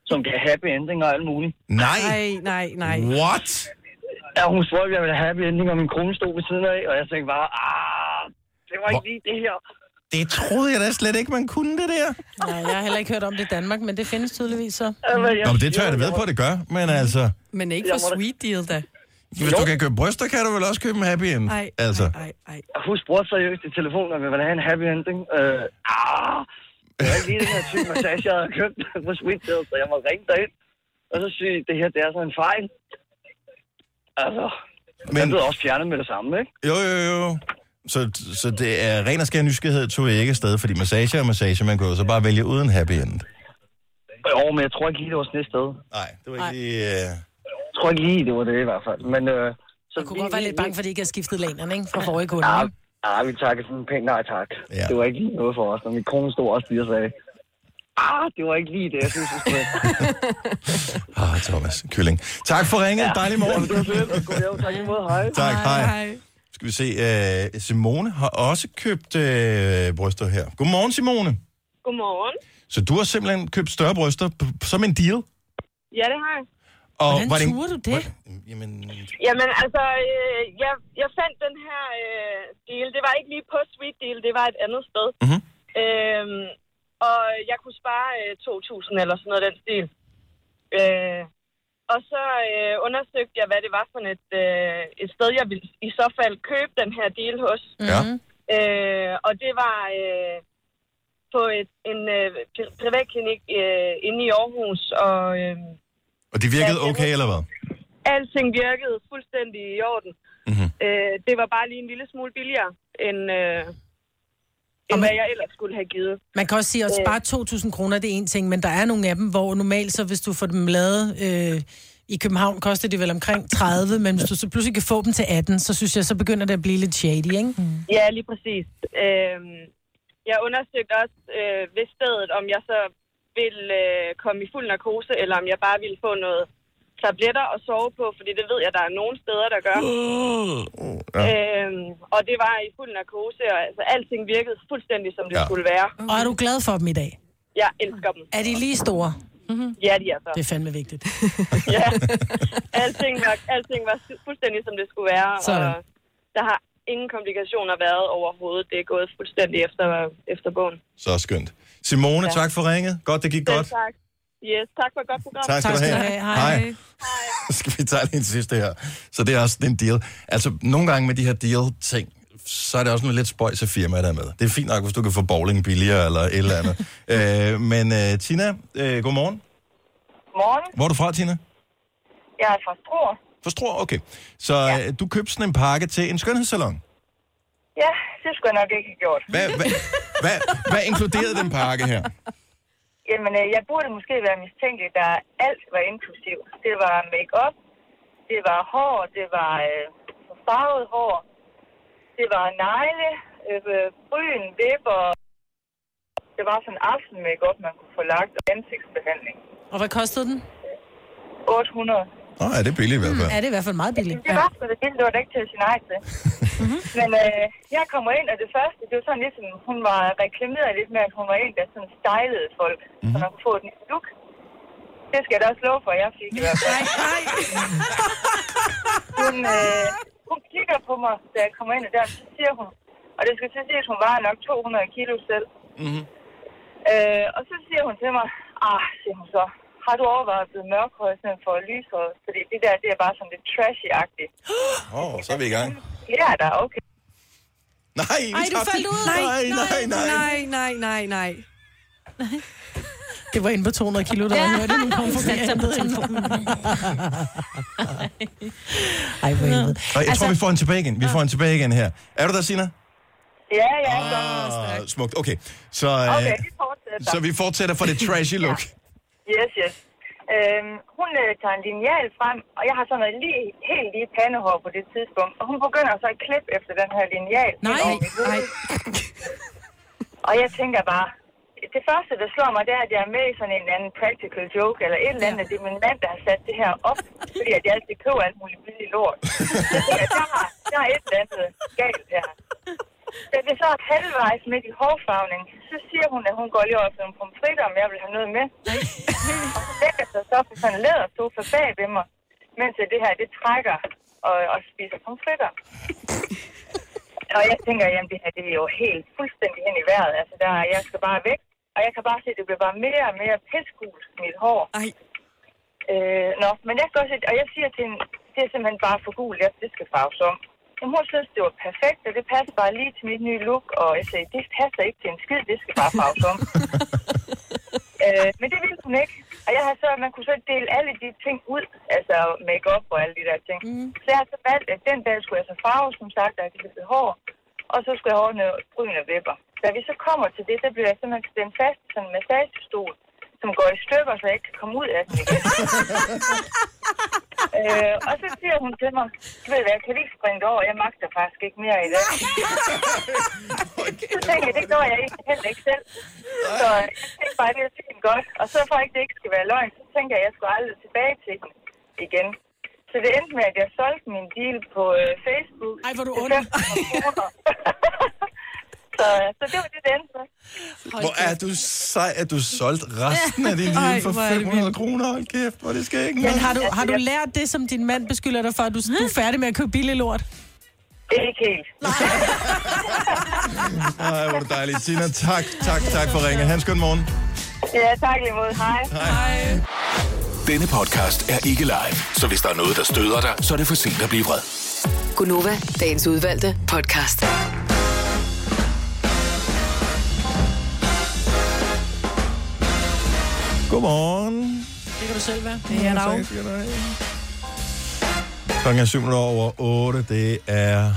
T: som gav happy ending og alt muligt.
A: Nej.
D: Nej, nej, nej.
A: What?
T: Ja, hun spurgte, om jeg ville have happy ending, og min kone stod ved siden af, og jeg tænkte bare, ah, det var ikke lige det her.
A: Det troede jeg da slet ikke, man kunne det der.
B: Nej, jeg har heller ikke hørt om det i Danmark, men det findes tydeligvis så.
A: Nå, men det tør jeg da ved på, at det gør. Men altså,
D: Men ikke
B: Jeg
D: for
B: må da-
D: sweet deal, da.
A: hvis du kan købe bryster, kan du vel også købe en happy end?
D: Ej,
A: altså.
T: Og hun spurgte seriøst i telefonen, om jeg ville have en happy ending. Øh, ah, det var ikke lige den her type massage, jeg havde købt på Sweet Deal, så jeg må ringe derind. Og så sige, det her, det er sådan en fejl. Altså, Men... den blev også fjernet med det samme, ikke?
A: Jo, jo, jo. Så, så det er ren og skær nysgerrighed, tog jeg ikke afsted, fordi massage og massage, man kunne jo så bare vælge uden happy end.
T: Jo, men jeg tror ikke lige, det var sådan et sted.
A: Nej, det var ikke lige... Øh...
T: Jeg tror ikke lige, det var det i hvert fald. Men øh, så
B: Jeg kunne godt være lidt bange, fordi jeg ikke har skiftet lænerne, ikke? Fra forrige kunde.
T: Ja,
B: ikke?
T: ja, Ah, vi takkede sådan pænt nej tak. Ja. Det var ikke lige noget for os, og min kone stod også lige og sagde, ah, det var ikke lige det, jeg synes, vi skulle have."
A: Ah, Thomas Kylling. Tak for ringet. Ja. Dejlig morgen.
T: Det var fedt, og god dag. Tak i måde. Hej.
A: Tak, hej. hej. Skal vi se. Uh, Simone har også købt uh, bryster her. Godmorgen, Simone.
U: Godmorgen.
A: Så du har simpelthen købt større bryster p- p- som en deal?
U: Ja, det har jeg.
A: Og
U: Hvordan
A: en-
U: turde du det?
A: Var,
U: Jamen, altså, øh, jeg, jeg fandt den her øh, deal. Det var ikke lige på Sweet Deal, det var et andet sted.
A: Mhm.
U: Øhm, og jeg kunne spare øh, 2.000 eller sådan noget af den stil. Øh, og så øh, undersøgte jeg, hvad det var for et, øh, et sted, jeg ville i så fald købe den her deal hos.
A: Ja.
B: Mhm.
U: Øh, og det var øh, på et, en øh, pri- privatklinik øh, inde i Aarhus, og... Øh,
A: og det virkede okay, eller hvad?
U: alting virkede fuldstændig i orden.
A: Mhm.
U: Mm-hmm. Øh, det var bare lige en lille smule billigere, end, øh, end hvad jeg ellers skulle have givet.
B: Man kan også sige, at spare 2.000 kroner, det er en ting, men der er nogle af dem, hvor normalt så, hvis du får dem lavet øh, i København, koster de vel omkring 30, men hvis du så pludselig kan få dem til 18, så synes jeg, så begynder det at blive lidt shady, ikke? Mm.
U: Ja, lige præcis. Øh, jeg undersøgte også øh, ved stedet, om jeg så ville øh, komme i fuld narkose, eller om jeg bare ville få noget tabletter og sove på, fordi det ved jeg, der er nogle steder, der gør.
A: Ja.
U: Øhm, og det var i fuld narkose, og altså, alting virkede fuldstændig, som det
A: Ja.
U: ja. skulle være.
B: Og er du glad for dem i dag?
U: Jeg elsker dem.
B: Er de lige store?
U: Mm-hmm. Ja, de er så.
B: Det er fandme vigtigt.
U: Alting var, alting var fu- fuldstændig, som det skulle være.
B: Sådan.
U: Og der har
K: ingen komplikationer været overhovedet. Det er gået fuldstændig efter, efter bogen.
A: Så skønt. Simone, ja.
K: Ja.
A: tak for ringet. Godt, det gik godt.
K: Selv tak. Yes, tak for et godt program.
A: Tak skal du have. Hej. skal vi tage lige en sidste her. Så det er også en deal. Altså, nogle gange med de her deal-ting, så er det også nogle lidt spøjs af firmaer, der er med. Det er fint nok, hvis du kan få bowling billigere eller et eller andet. øh, men øh, Tina, øh, godmorgen.
N: Morgen.
A: Hvor er du fra, Tina?
N: Jeg er fra Struer.
A: Fra Struer, okay. Så ja. du købte sådan en pakke til en skønhedssalon.
N: Ja, det skulle jeg nok ikke have gjort.
A: Hvad, hvad, hvad, hvad inkluderede den pakke her?
N: Jamen, øh, jeg burde måske være mistænkelig, da alt var inklusiv. Det var makeup, det var hår, det var øh, farvet hår, det var negle, øh, øh, bryn, vipper. Det var sådan en aften makeup, man kunne få lagt og ansigtsbehandling.
B: Og hvad kostede den?
N: 800.
A: Nå, ja, det er billigt i hvert fald.
B: Ja, Mhm. det Mm, er i hvert fald meget billigt.
N: Det var sgu det hele, det var da ikke til at sige nej til. Men øh, jeg kommer ind, og det første, det var sådan ligesom, hun var reklameret lidt med, at hun var en, der sådan stylede folk, mm-hmm.
A: Mhm.
N: så man kunne få et nyt look. Det skal jeg da også love for, jeg fik i hvert fald. hun, øh, hun kigger på mig, da jeg kommer ind, og der så siger hun, og det skal til at sige, at hun vejer nok 200 kilo selv.
A: Mm-hmm.
N: Øh, og så siger hun til mig, ah, siger hun så, har du overvejet at blive mørkhøjet i stedet for lyshøjet? Fordi det der, det er bare sådan lidt trashy-agtigt.
A: Åh, oh, så er vi i gang.
N: Ja, da, okay.
A: Nej,
N: Ej, du faldt ud.
A: Nej, nej, nej.
D: Nej, nej, nej, nej.
B: Det var inde på 200 kilo, der var hørt, at hun kom forbi.
D: Satte sig på telefonen.
B: Ej, hvor helvede.
A: Og jeg tror, vi får en tilbage igen. Vi får en tilbage igen her. Er du der, Sina?
N: Ja, ja, så.
A: Ah, smukt. Okay, så, øh,
N: Okay, vi fortsætter.
A: så vi fortsætter for det trashy look.
N: Yes, yes. Øhm, hun øh, tager en lineal frem, og jeg har sådan noget lige, helt lige pandehår på det tidspunkt. Og hun begynder så at klippe efter den her lineal.
D: Nej,
N: nej. og jeg tænker bare, det første, der slår mig, det er, at jeg er med i sådan en eller anden practical joke, eller et eller andet. Det er min mand, der har sat det her op, fordi at jeg altid køber alt muligt billigt lort. Jeg tænker, der, har, der er et eller andet galt her. Da vi så er halvvejs midt i hårfarvning, så siger hun, at hun går lige over til nogle pomfritter, om jeg vil have noget med. og så lægger sig så på sådan en lædersofa bag ved mig, mens det her, det trækker og, og spiser pomfritter. og jeg tænker, jamen det her, det er jo helt fuldstændig hen i vejret. Altså, der, jeg skal bare væk. Og jeg kan bare se, at det bliver bare mere og mere pæskul, mit hår.
D: Ej.
N: Øh, nå, men jeg skal også, og jeg siger til hende, det er simpelthen bare for gul, jeg, det skal farves om. Jamen, hun synes, det var perfekt, og det passer bare lige til mit nye look, og jeg sagde, det passer ikke til en skid, det skal bare farves om. øh, men det ville hun ikke. Og jeg har så, man kunne så dele alle de ting ud, altså make-up og alle de der ting. Mm. Så jeg har så valgt, at den dag skulle jeg så farve, som sagt, og klippe hår, og så skulle jeg have noget bryn og vipper. Da vi så kommer til det, så bliver jeg simpelthen stemt fast i sådan en massagestol, som går i stykker, så jeg ikke kan komme ud af den igen. øh, og så siger hun til mig, "Du ved hvad, kan vi ikke springe det over? Jeg magter faktisk ikke mere i dag. så tænkte jeg, det gør jeg ikke, heller ikke selv. Så jeg tænkte bare, det er fint godt. Og så for ikke det ikke skal være løgn, så tænker jeg, at jeg skulle aldrig tilbage til den igen. Så det endte med, at jeg solgte min deal på øh, Facebook. Ej, hvor du ond. så, så det var det, det endte med.
A: Hvor er du sej, at du solgte resten af din
B: Ej,
A: liv for
B: hvor er det
A: 500 kroner. Hold kæft, hvor er det skal ikke.
B: Men har du, har du lært det, som din mand beskylder dig for, at du, du er færdig med at købe billig lort?
N: Det er ikke helt.
A: Ej, hvor er det dejligt. Tina, tak, tak, tak for ringet. Hans, skøn morgen.
N: Ja, tak lige måde. Hej. Hej.
H: Denne podcast er ikke live, så hvis der er noget, der støder dig, så er det for sent at blive vred.
G: Gunova, dagens udvalgte podcast.
A: Godmorgen.
B: Det kan du selv være.
A: Ja, tak skal du have. Klokken er syv minutter over 8. Det er...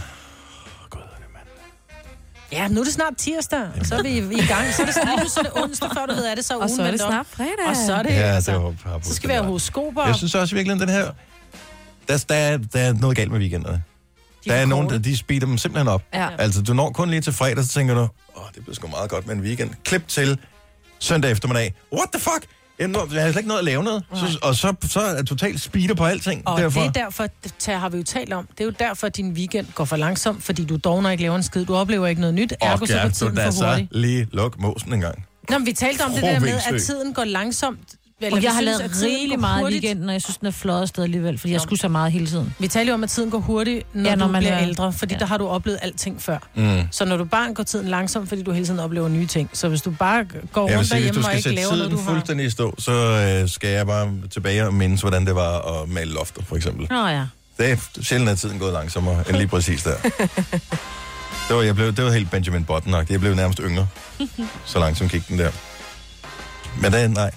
B: Ja, nu er det snart tirsdag, og så er vi i gang. Så er det snart, nu så er det onsdag, før du ved, er det så ugen
D: Og så er det
B: vendt om.
D: snart fredag.
B: Og så er det,
A: Ja,
B: altså,
A: det var- har
B: så skal vi have horoskoper.
A: Jeg synes også virkelig, den her... Der, der, er- der er noget galt med weekenderne. De der er nogen, der de speeder dem simpelthen op.
D: Ja.
A: Altså, du når kun lige til fredag, så tænker du, åh, det bliver sgu meget godt med en weekend. Klip til søndag eftermiddag. What the fuck? Jamen, nu- Jeg har slet ikke noget at lave noget. Så, og så, så er jeg totalt speeder på alting.
B: Og derfor. det er derfor, det ta- har vi jo talt om, det er jo derfor, at din weekend går for langsomt, fordi du dogner ikke laver en skid, du oplever ikke noget nyt, ergo
A: og
B: så går
A: kan du
B: tiden
A: da
B: for
A: så
B: hurtigt.
A: lige luk måsen en gang.
B: Nå, men vi talte om det
A: Åh,
B: der med, at
A: Vindsø.
B: tiden går langsomt Eller
C: Og
B: vi
C: jeg har
B: synes,
C: lavet
B: at tiden
C: rigelig
B: går
C: meget i
B: hurtigt.
C: weekenden, og jeg synes, den er flot afsted alligevel, fordi jeg skulle så meget hele tiden.
B: Vi taler jo om, at tiden går hurtigt, når, ja, når du man bliver er... ældre, fordi ja. der har du oplevet alting før.
A: Mm.
B: Så når du barn går tiden langsomt, fordi du hele tiden oplever nye ting. Så hvis du bare
A: Jeg
B: går
A: vil
B: rundt
A: sige, hvis
B: derhjemme
A: du
B: og
A: skal
B: ikke
A: sætte
B: laver noget,
A: tiden
B: du har...
A: fuldstændig i stå, så øh, skal jeg bare tilbage og mindes, hvordan det var at male lofter, for eksempel.
C: Nå ja.
A: Det er sjældent, at tiden gået langsommere end lige præcis der. Det var, jeg blev, det var helt Benjamin button -agtigt. Jeg blev nærmest yngre, så langsomt gik den der. Men det, nej.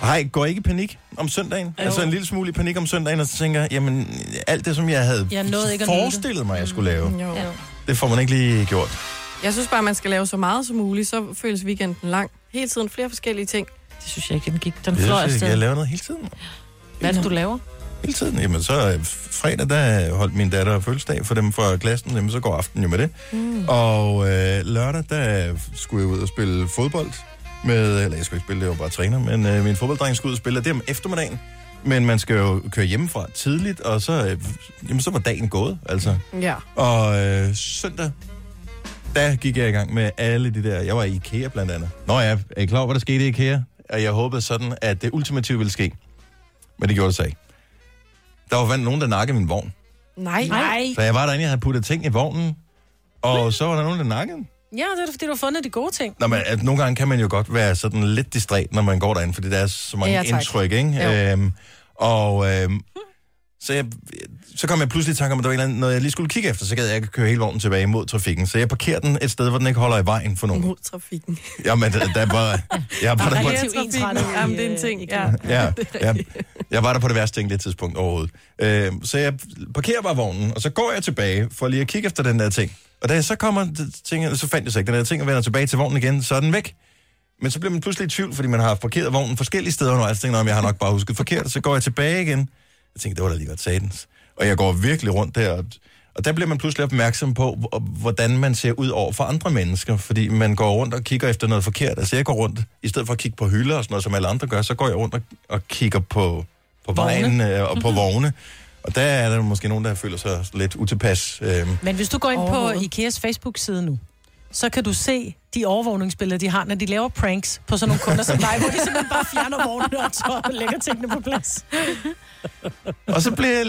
A: Hej, går I ikke i panik om søndagen? Jo. Altså en lille smule i panik om søndagen, og så tænker jeg, jamen alt det, som jeg havde
B: Jeg nåede ikke at nyde det.
A: forestillet mig, jeg skulle lave,
D: Jo. Ja.
A: det får man ikke lige gjort.
D: Jeg synes bare, man skal lave så meget som muligt, så føles weekenden lang. Hele tiden flere forskellige ting.
C: Det synes jeg ikke, den gik. Den
A: Jeg
C: fløj
A: synes,
C: afsted.
A: jeg, jeg laver noget hele tiden.
B: Hvad er det, du laver?
A: Hele tiden. Jamen, så øh, fredag, der holdt min datter fødselsdag for dem fra klassen. Jamen, så går aftenen jo med det. Mm. Og øh, lørdag, der skulle jeg ud og spille fodbold med... Eller jeg skulle ikke spille, det var bare træner. Men øh, min fodbolddreng skulle ud og spille, og det er om eftermiddagen. Men man skal jo køre hjemmefra tidligt, og så, øh, jamen, så var dagen gået, altså.
D: Ja.
A: Og øh, søndag, der gik jeg i gang med alle de der... Jeg var i IKEA blandt andet. Nå ja, er I klar over, hvad der skete i IKEA? Og jeg håbede sådan, at det ultimative ville ske. Men det gjorde det så ikke. Der var vandt nogen, der nakkede min vogn.
D: Nej. Nej.
A: Så jeg var derinde, jeg havde puttet ting i vognen. Og så var der nogen, der nakkede. den.
B: Ja, det er da, fordi du har fundet de gode ting.
A: Nå, men, at nogle gange kan man jo godt være sådan lidt distræt, når man går derinde, fordi der er så mange
B: Ja,
A: ja,
B: tak.
A: indtryk, ikke?
B: Jo.
A: Øhm, og øhm, så, jeg, så kom jeg pludselig i tanke om, at der var et eller andet, noget, jeg lige skulle kigge efter, så gad jeg ikke køre hele vognen tilbage mod trafikken. Så jeg parkerer den et sted, hvor den ikke holder i vejen for nogen.
D: Mod trafikken.
A: Jamen, der, der var, jeg, var der på,
D: Relativt ensrettet. Jamen,
B: øh,
D: det er en ting, ja.
A: ja, ja, jeg var der på det værst tænkelige tidspunkt overhovedet. Øh, så jeg parkerer bare vognen, og så går jeg tilbage for lige at kigge efter den der ting. Og da jeg så kommer, t- tænker, så fandt jeg så ikke den der ting, og vender tilbage til vognen igen, så er den væk. Men så bliver man pludselig i tvivl, fordi man har parkeret vognen forskellige steder, og jeg tænker, om jeg har nok bare husket forkert, og så går jeg tilbage igen. Jeg tænker, det var da lige godt satans. Og jeg går virkelig rundt der, og, og der bliver man pludselig opmærksom på, hvor- hvordan man ser ud over for andre mennesker, fordi man går rundt og kigger efter noget forkert. Altså jeg går rundt, i stedet for at kigge på hylder og sådan noget, som alle andre gør, så går jeg rundt og, og kigger på, på vejen øh, og på
B: Mhm.
A: vogne. Og der er der måske nogen, der føler sig lidt utilpas. Øh,
B: Men hvis du går ind på
D: Overhovedet.
B: Ikeas Facebook-side nu, så kan du se de overvågningsbilleder, de har, når de laver pranks på sådan nogle kunder som dig, hvor de simpelthen bare fjerner vognene og tøj og lægger tingene på plads.
A: Og så, blev jeg,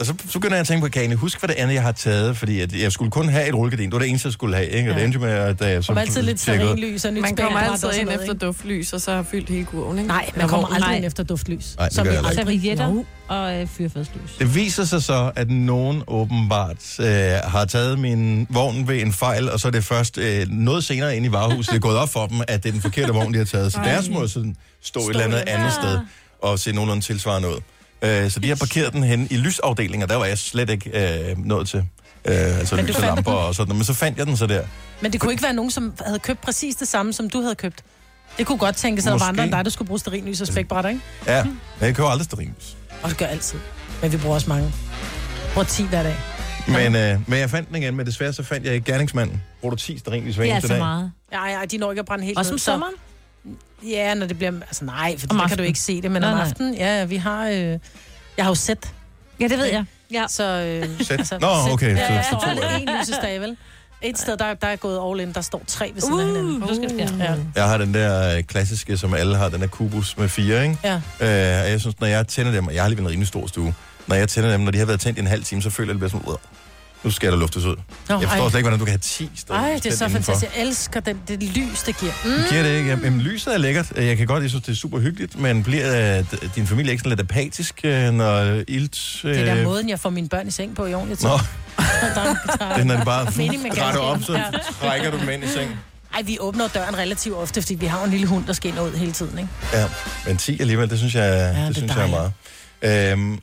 A: og så, så begynder jeg at tænke på, kan jeg huske, hvad det andet, jeg har taget? Fordi at jeg skulle kun have et rullegardin. Det var det eneste, jeg skulle have. Ikke? Og det endte jo med, at da jeg så
B: Og altid lidt
A: tjekkede-
B: serenlys og nyt
D: Man kommer
B: spækbræt
D: altid
B: og sådan
D: ind
B: noget,
D: efter duftlys, og så har fyldt hele kurven, ikke?
B: Nej, man kommer aldrig ind efter duftlys.
A: Nej, det
B: som
A: gør
B: vi
A: jeg heller ikke.
C: Servietter og øh, fyrfadslys.
A: Det viser sig så, at nogen åbenbart øh, har taget min vogn ved en fejl, og så er det først øh, noget senere inde i varehuset, det er gået op for dem, at det er den forkerte vogn, de har taget. Så
J: Ej.
A: deres må jo sådan stå et eller andet andet sted og se nogenlunde tilsvarende ud. Øh, så de har parkeret den hen i lysafdelingen, og der var jeg slet ikke øh, nået til. Øh, altså
B: Men du
A: lys og
B: fandt
A: lamper
B: den?
A: og sådan noget. Men så fandt jeg den så der.
B: Men det kunne ikke være nogen, som havde købt præcis det samme, som du havde købt. Det kunne godt tænkes, at der var
A: Måske. Altså-
B: andre end dig, der skulle bruge sterinlys og spækbrætter, ikke?
A: Ja, men jeg kører aldrig stearinlys.
B: Og det gør altid. Men vi bruger også mange. Bruger 10 hver dag.
A: Men, øh, men jeg fandt den igen, men desværre så fandt jeg ikke gerningsmanden. Bruger du 10 stearinlys hver
B: Det er
A: eneste
B: altså
A: dag?
B: meget. Ja, ja, de når ikke at brænde helt
C: Også om
B: ned, så-
C: sommeren?
B: Ja, når det bliver... Altså nej, for
C: Om
B: der kan du
C: aftenen.
B: ikke se det, men
C: Nej,
B: om
C: nej.
B: aftenen, ja, ja, vi har... Øh, jeg har jo set.
C: Ja, det ved jeg. Ja.
B: Så, øh,
A: Sæt. Nå, okay,
B: Ja,
A: så-
B: ja,
A: så
B: så,
A: to
B: er
A: af
B: det en lysestage, vel? Et sted, der, der er gået all in, der står tre ved siden af hinanden. Du
C: Uh.
B: skal det ja.
A: Jeg har den der øh, klassiske, som alle har, den er kubus med fire, ikke?
B: Ja.
A: Øh, og jeg synes, når jeg tænder dem, og jeg har lige en rimelig stor stue, når jeg tænder dem, når de har været tændt i en halv time, så føler jeg det bare sådan, "Uah, nu skal der luftes ud.
B: Nå,
A: jeg forstår
B: ej.
A: slet ikke, hvordan du kan have 10 steder.
B: Ej, det er så fantastisk. Jeg elsker den, det lys, det giver. Mm.
A: Giver det ikke? Jamen, lyset er lækkert. Jeg kan godt, jeg synes, det er super hyggeligt, men bliver øh, d- din familie ikke sådan lidt apatisk, øh, når ilt... Øh,
B: Det er der måden, jeg får mine børn i seng på i ordentligt.
A: Nå,
B: det
A: det er, når de bare
B: Mening med
A: retter op,
B: galskaben.
A: så trækker du dem ind i seng.
B: Ej, vi åbner døren relativt ofte, fordi vi har jo en lille hund, der skal ind og ud hele tiden, ikke?
A: Ja, men 10 alligevel, det synes jeg, ja, det
B: det er
A: det synes jeg er meget. Øhm,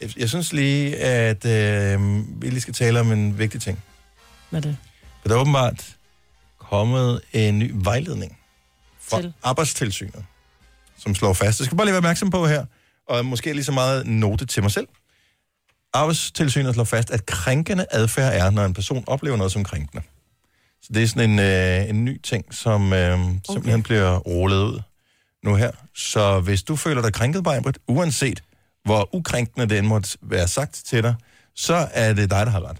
A: jeg, jeg synes lige, at øhm, vi lige skal tale om en vigtig ting.
B: Hvad er det?
A: For der er åbenbart kommet en ny vejledning fra
B: Til?
A: arbejdstilsynet, som slår fast. Det skal bare lige være opmærksom på her, og måske lige så meget note til mig selv. Arbejdstilsynet slår fast, at krænkende adfærd er, når en person oplever noget som krænkende. Så det er sådan en, øh, en ny ting, som øh, simpelthen bliver rullet ud nu her. Så hvis du føler dig krænket, Bajbrit, uanset hvor ukrænkende det end måtte være sagt til dig, så er det dig, der har ret.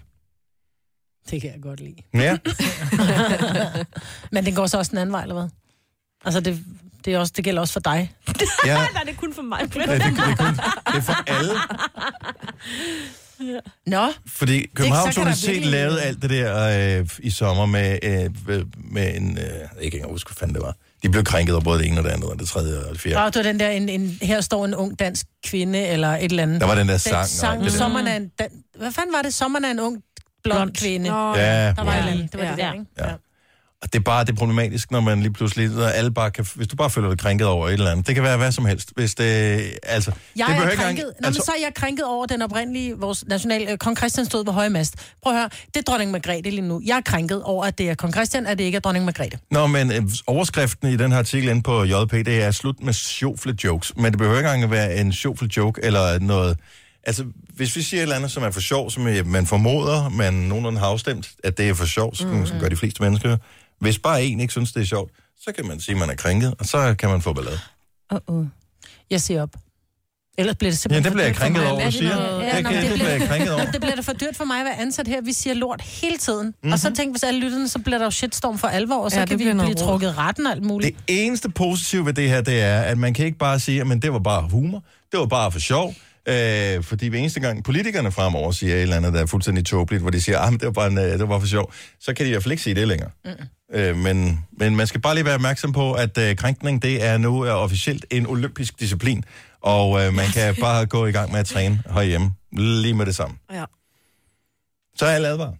B: Det kan jeg godt lide.
A: Ja.
B: Men den går så også den anden vej, eller hvad? Altså, det, det, er også, det gælder også for dig.
A: Ja.
C: Nej, det er kun for mig.
A: Ja, det, det, er kun, det er for alle.
B: Nå.
A: Fordi Københavns
B: så kan der
A: Universitet
B: virkelig-
A: lavede alt det der øh, i sommer med, øh, med en... Øh, jeg kan ikke engang huske, hvad fanden det var. De blev krænket over både det ene og det andet, og det tredje og det fjerde.
B: Ja. Nå, det var den der, en, en, her står en ung dansk kvinde, eller et eller andet.
A: Der var den der
B: den
A: sang, og
B: sang
A: alt det der.
B: sommeren er en dan... Hvad fanden var det? Sommeren er en ung blond, blond. kvinde.
A: Nå, Ja, ja.
B: der var
A: ja.
B: et eller andet. Det var ja. det der,
C: Ja.
B: ikke?
A: Og det er bare det er problematisk, når man lige pludselig, når alle bare kan, hvis du bare føler dig krænket over et eller andet. Det kan være hvad som helst. Hvis det, altså,
B: Jeg
A: det
B: det er
A: ikke
B: krænket. Nå,
A: engang-
B: men altså... så er jeg krænket over den oprindelige, vores national... Øh, Kong Christian stod ved høje mast. Prøv at høre, det er dronning Margrethe lige nu. Jeg er krænket over, at det er Kong Christian, at det ikke er dronning Margrethe.
A: Nå, men øh, overskriften i den her artikel inde på JP, det er slut med sjofle jokes. Men det behøver ikke engang at være en sjofle joke eller noget. Altså, hvis vi siger et eller andet, som er for sjov, som øh, man formoder, man nogenlunde har afstemt, at det er for sjov, som,
B: Mhm.
A: mm-hmm. som gør de fleste mennesker. Hvis bare en ikke synes, det er sjovt, så kan man sige, at man er krænket, og så kan man få ballade.
B: Uh-uh. Jeg siger op. Ellers bliver det
A: Ja, det
B: simpelthen
A: bliver jeg
B: for dyrt
A: krænket
B: for mig.
A: over,
B: Hvad er det
A: siger.
B: noget-
A: Det
B: Ja,
A: kan-
B: nå, men
A: det
B: det
A: bliver jeg krænket over.
B: bliver- Det bliver da for dyrt for mig at være ansat her. Vi siger lort hele tiden. Mm-hmm.
A: Mhm.
B: Og så tænk, hvis alle lytterne, så bliver der jo shitstorm for alvor, og så
D: Ja,
B: ja,
D: det
B: kan vi
D: bliver noget
B: blive
D: rod.
B: trukket i retten og alt muligt.
A: Det eneste positive ved det her, det er, at man kan ikke bare sige, at det var bare humor, det var bare for sjov. Øh, fordi hver eneste gang politikerne fremover siger et eller andet, der er fuldstændig tåbeligt, hvor de siger, at det var bare en, øh, det var bare for sjov, så kan de i hvert fald ikke sige det længere. Mm. Øh, men, men man skal bare lige være opmærksom på, at øh, krænkning, det er nu er officielt en olympisk disciplin, og øh, man kan bare gå i gang med at træne herhjemme lige med det samme.
D: Ja.
A: Så er alle advaret.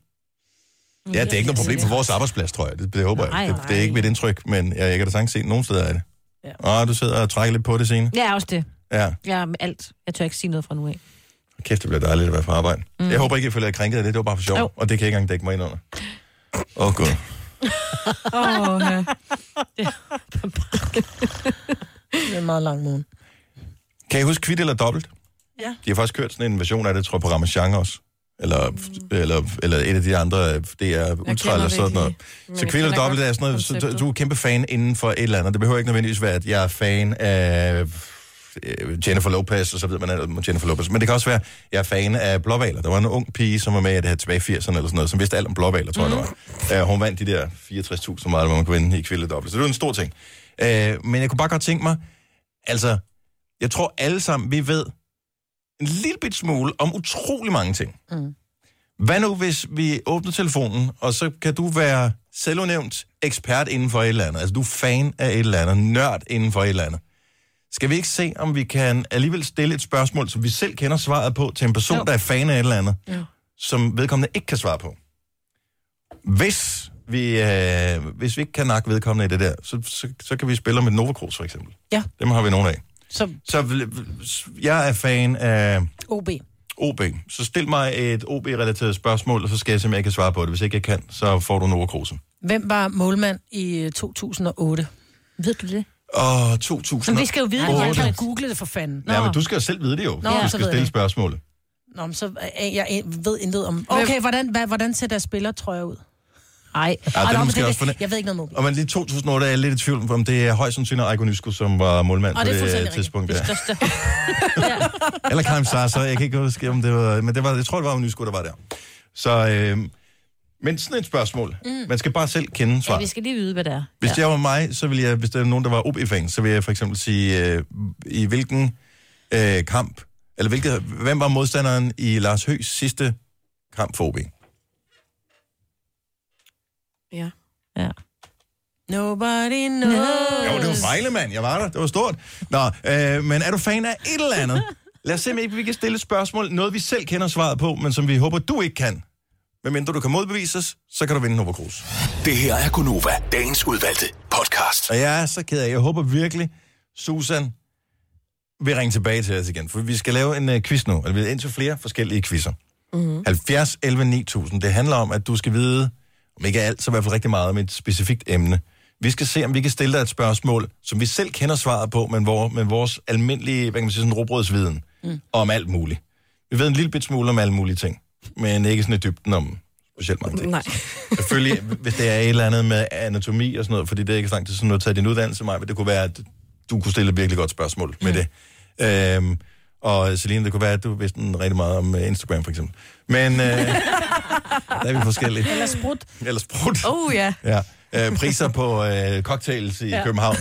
A: Ja, det er ikke noget problem på vores arbejdsplads, tror jeg. Det, det håber
C: Nej,
A: jeg. Det, det er ikke mit indtryk, men jeg, jeg kan da sagtens se, at nogen steder er det.
C: Ja.
A: Og du sidder og trækker lidt på det scene.
C: Ja, også det.
A: Ja,
C: Ja, med alt. Jeg tør ikke sige noget fra nu af.
A: kæft, det bliver dejligt at være på arbejde.
C: Mm.
A: Mm. Jeg håber ikke, jeg føler jer krænket af det. Det var bare for sjov,
C: Jo.
A: og det kan jeg ikke engang dække mig ind under. Åh, oh, gud.
D: Åh, oh, ja.
B: Det er en meget lang måned.
A: Kan I huske kvitt eller dobbelt?
B: Ja.
A: De har faktisk kørt sådan en version af det, tror jeg, på Ramachan også. Eller, mm. eller, eller et af de andre, øh, det er Ultra eller
J: det
A: sådan
J: ikke
A: noget.
J: lige, men
A: Så
J: jeg
A: kvitt eller
J: kender
A: dobbelt
J: godt
A: er sådan noget, så du-
J: konceptet.
A: du er kæmpe fan inden for et eller andet. Det behøver ikke nødvendigvis være, at jeg er fan af øh, Jennifer Lopez, og så ved man alt om Jennifer Lopez. Men det kan også være, at jeg er fan af blåvaler. Der var en ung pige, som var med i det her tilbage i 80'erne eller sådan noget, som vidste alt om blåvaler, tror mm. jeg det
J: Mhm.
A: var. Uh, hun vandt de der 64.000 meget, hvor man kunne vinde i kvitt eller dobbelt. Så det var en stor ting. Uh, men jeg kunne bare godt tænke mig, altså, jeg tror alle sammen, vi ved en lille bit smule om utrolig mange ting.
B: Mm.
A: Hvad nu, hvis vi åbner telefonen, og så kan du være selvudnævnt ekspert inden for et eller andet? Altså, du er fan af et eller andet, nørd inden for et eller andet. Skal vi ikke se, om vi kan alligevel stille et spørgsmål, som vi selv kender svaret på, til en person, der er fan af et eller andet,
B: Jo.
A: som vedkommende ikke kan svare på? Hvis vi, øh, hvis vi ikke kan nakke vedkommende i det der, så, så, så kan vi spille om et Novacruz, for eksempel.
B: Ja.
A: Dem har vi nogen af.
B: Så
A: Så vil- vil- jeg er fan af
B: OB.
A: OB. Så stil mig et OB-relateret spørgsmål, og så skal jeg se, om jeg kan svare på det. Hvis ikke jeg kan, så får du en overkruse.
B: Hvem var målmand i øh, 2008? Ved du det?
A: Åh, 2000.
B: Men vi skal jo vide,
A: Åh,
B: at jeg kan
A: det-
B: jo google det for fanden.
A: Ja, men du skal jo selv vide det jo, hvis
B: Nå,
A: du
B: så
A: skal
B: ved jeg
A: stille
B: det.
A: spørgsmålet.
B: Nå, men så øh, jeg øh, ved intet om... Okay, hvordan, hvad, hvordan ser deres spillertrøjer ud? Nej.
A: er måske også forne-
B: Jeg ved ikke noget om OB.
A: Og men lige 2008 er jeg lidt i tvivl om, det er højst sandsynligt Eiko Nysko, som var målmand
B: Og
A: på
B: det er
A: det,
B: fuldstændig
A: det
B: rigtigt.
A: tidspunkt. Ja. Eller Karim Sasser, jeg kan ikke huske, om det var... Men det var, jeg tror, det var Nysko, der var der. Så, øh, men sådan et spørgsmål. Mm. Man skal bare selv kende
C: Ja,
A: svaret.
C: vi skal lige vide, hvad det er.
A: Hvis det var mig, så ville jeg, hvis der er nogen, der var OB-fan, så ville jeg for eksempel sige, øh, i hvilken øh, kamp, eller hvilket, hvem var modstanderen i Lars Høgs sidste kamp for OB?
D: ja.
B: Nobody knows.
A: Jo, det var Vejle, mand. Jeg var der. Det var stort. Nå, øh, men er du fan af et eller andet? Lad os se, om ikke vi kan stille et spørgsmål, noget vi selv kender svaret på, men som vi håber, du ikke kan. Men mindre du kan modbevises, så kan du vinde Nova Cruz.
H: Det her er Gunova, dagens udvalgte podcast.
A: Og jeg er så ked af, jeg håber virkelig, Susan vil ringe tilbage til os igen. For vi skal lave en uh, quiz nu, eller vi er ind til flere forskellige quizzer.
J: Mhm.
A: Mm-hmm. 70 11 9000. Det handler om, at du skal vide, om ikke alt, så i hvert fald rigtig meget om et specifikt emne. Vi skal se, om vi kan stille dig et spørgsmål, som vi selv kender svaret på, men hvor, med vores almindelige, hvad kan man sige, sådan råbrødsviden mm. om alt muligt. Vi ved en lille bit smule om alle mulige ting, men ikke sådan i dybden om specielt mange ting.
D: Nej.
A: Selvfølgelig, hvis det er et eller andet med anatomi og sådan noget, fordi det er ikke så langt til sådan noget at tage din uddannelse, mig, men det kunne være, at du kunne stille et virkelig godt spørgsmål med det. Øhm, og Celine, det kunne være, at du vidste en rigtig meget om øh, Instagram, for eksempel. Men, øh, Der er vi forskellige.
B: Eller sprut.
A: Eller sprut.
D: Oh ja.
A: Ja. Øh, priser på øh, cocktails i
D: Ja.
A: ja. København.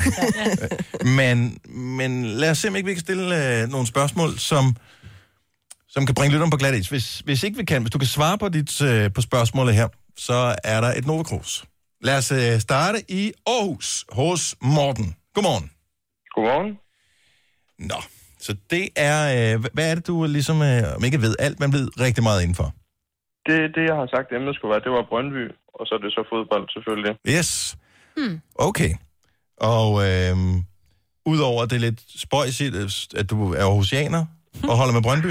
D: Ja,
A: men, men lad os se, om ikke vi kan stille øh, nogle spørgsmål, som, som kan bringe lytteren på glat is. Hvis, hvis ikke vi kan, hvis du kan svare på, dit, øh, på spørgsmålet her, så er der et Nova Cruz. Lad os øh, starte i Aarhus hos Morten. Godmorgen.
L: Godmorgen.
A: Nå, så det er... Øh, hva- hvad er det, du ligesom... Øh, om ikke ved alt, men ved rigtig meget indenfor?
L: Det, det, jeg har sagt, emnet skulle være, det var Brøndby, og så er det så fodbold selvfølgelig.
A: Yes. Hmm. Okay. Og øh, udover at det er lidt spøjs, i det, at du er Aarhusianer og holder med Brøndby,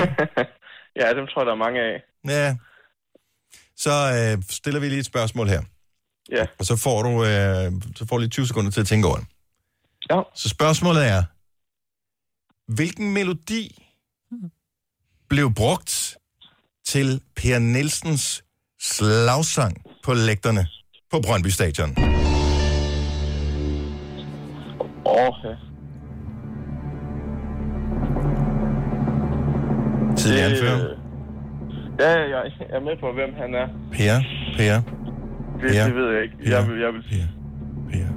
L: Ja, dem tror jeg, der er mange af.
A: ja. så øh, stiller vi lige et spørgsmål her.
L: Ja.
A: Og så får du, øh, så får du lige 20 sekunder til at tænke over det.
L: Ja.
A: Så spørgsmålet er, hvilken melodi blev brugt til Per Nielsens slagsang på lægterne på Brøndby Stadion?
L: Åh, ja.
A: Tidligere
L: Det-
A: anfører.
L: Ja, ja, ja, jeg er med på, hvem han er.
A: Per, Per,
L: Det,
A: Ja.
L: det ved jeg ikke. Jeg vil, jeg vil... Ja.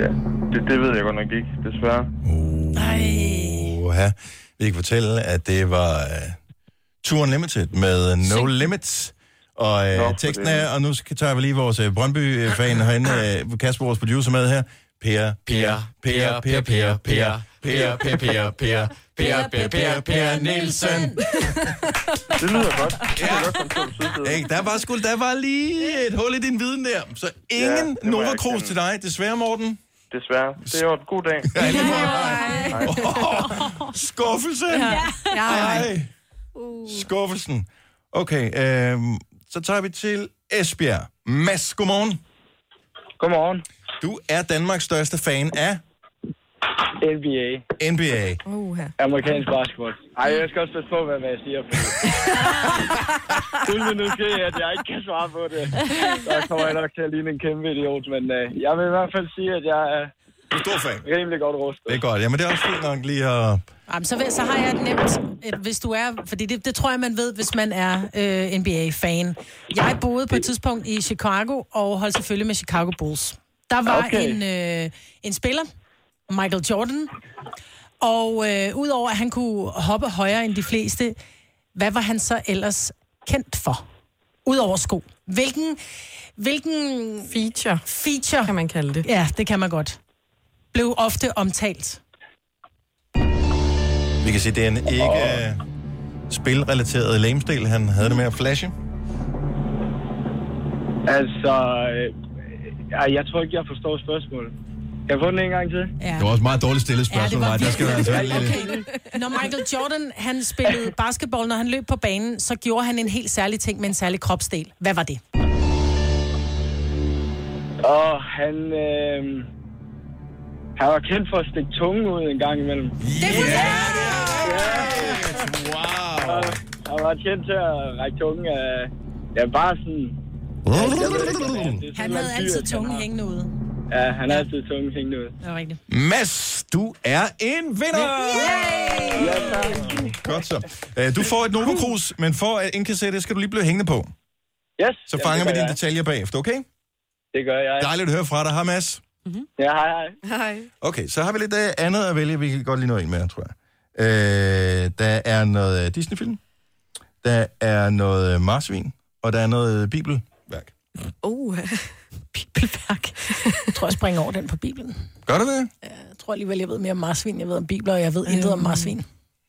L: Ja, det, det ved jeg godt nok ikke, desværre.
A: Oha. Vi kan fortælle, at det var uh, Tour Unlimited med No Limits. Og
L: Nå,
A: øh,
L: for
A: teksten
L: det.
A: er, og nu skal, tager vi lige vores øh, Brøndby-fan herinde, øh, Kasper, vores producer med her. Per, Per, Per, Per, Per, Per, Per, Per, Per, Per, Per, Per, Per, Per, Nielsen.
L: Det lyder godt.
A: Hey, der var sgu, der var lige et hul i din viden der. Så ingen ja, Nova Cruz til dig, desværre Morten.
L: Desværre. Det var en god dag.
A: Ja, lige Skuffelse!
F: Ja. Ja.
A: Ej. Skuffelsen. Okay, øhm, så tager vi til Esbjerg. Mads, godmorgen.
S: Godmorgen.
A: Du er Danmarks største fan af
S: NBA.
A: NBA.
S: Uha. Amerikansk basketball. Ej, jeg skal også passe på, hvad hvad jeg siger. fordi- Skulle det nu ske, at jeg ikke kan svare på det, så kommer jeg nok til at ligne en kæmpe idiot. Men øh, jeg vil i hvert fald sige, at jeg er
A: stor fan.
S: rimelig godt rustet.
A: Det er godt. Jamen, det er også fint nok lige at...
B: Jamen, så, ved- så har jeg et nemt, et, hvis du er, fordi det, det tror jeg, man ved, hvis man er øh, NBA-fan. Jeg boede på et tidspunkt i Chicago, og holdt selvfølgelig med Chicago Bulls. Der var
F: Okay.
B: okay. en, øh, en spiller, Michael Jordan, og øh, udover at han kunne hoppe højere end de fleste, hvad var han så ellers kendt for? Udover sko. Hvilken, hvilken feature, feature kan man kalde det? Ja, det kan man godt. Blev ofte omtalt.
A: Vi kan sige, det er en ikke oh. spilrelateret lamestil, han havde det med at flashe.
S: Altså, øh, ej, jeg tror ikke, jeg forstår spørgsmålet. Kan jeg få den en gang til?
B: Ja.
A: Det var også meget dårligt stillet
S: Ja, det
A: spørgsmål,
S: var
A: ja, Der skal være altså være lidt...
B: Okay. Når Michael Jordan han spillede basketball, når han løb på banen, så gjorde han en helt særlig ting med en særlig kropsdel. Hvad var det?
S: Og han, øh, han var kendt for at stikke tungen ud en gang imellem.
B: Det er yeah!
S: Wow! Han, han var kendt til at række tungen af... Ja, bare sådan...
B: Han havde altid tungen hængende ude.
S: Ja, han har altid tungen hængende ud.
B: Det var rigtigt.
A: Mads, du er en vinder! Yay! Godt så. Øh, Du får et Nova Cruz, men for at indkassere det, skal du lige blive hængende på.
S: Yes.
A: Så
S: Jamen, det
A: fanger vi
S: gør
A: dine
S: jeg.
A: detaljer bagefter, okay?
S: Det gør jeg. Mm-hmm.
A: Dejligt at høre fra dig. Hej, Mads.
S: Ja, hej, hej.
D: Hej.
A: Okay, så har vi lidt øh, andet at vælge. Vi kan godt lige nå en mere, tror jeg. Øh, der er noget øh, Disney-film. Der er noget øh, marsvin. Og der er noget øh, bibel.
D: Uh.
B: Jeg tror, jeg springer over den på Bibelen.
A: Gør du det?
B: Jeg tror alligevel, jeg ved mere om marsvin. Jeg ved om bibler, og jeg ved intet om marsvin.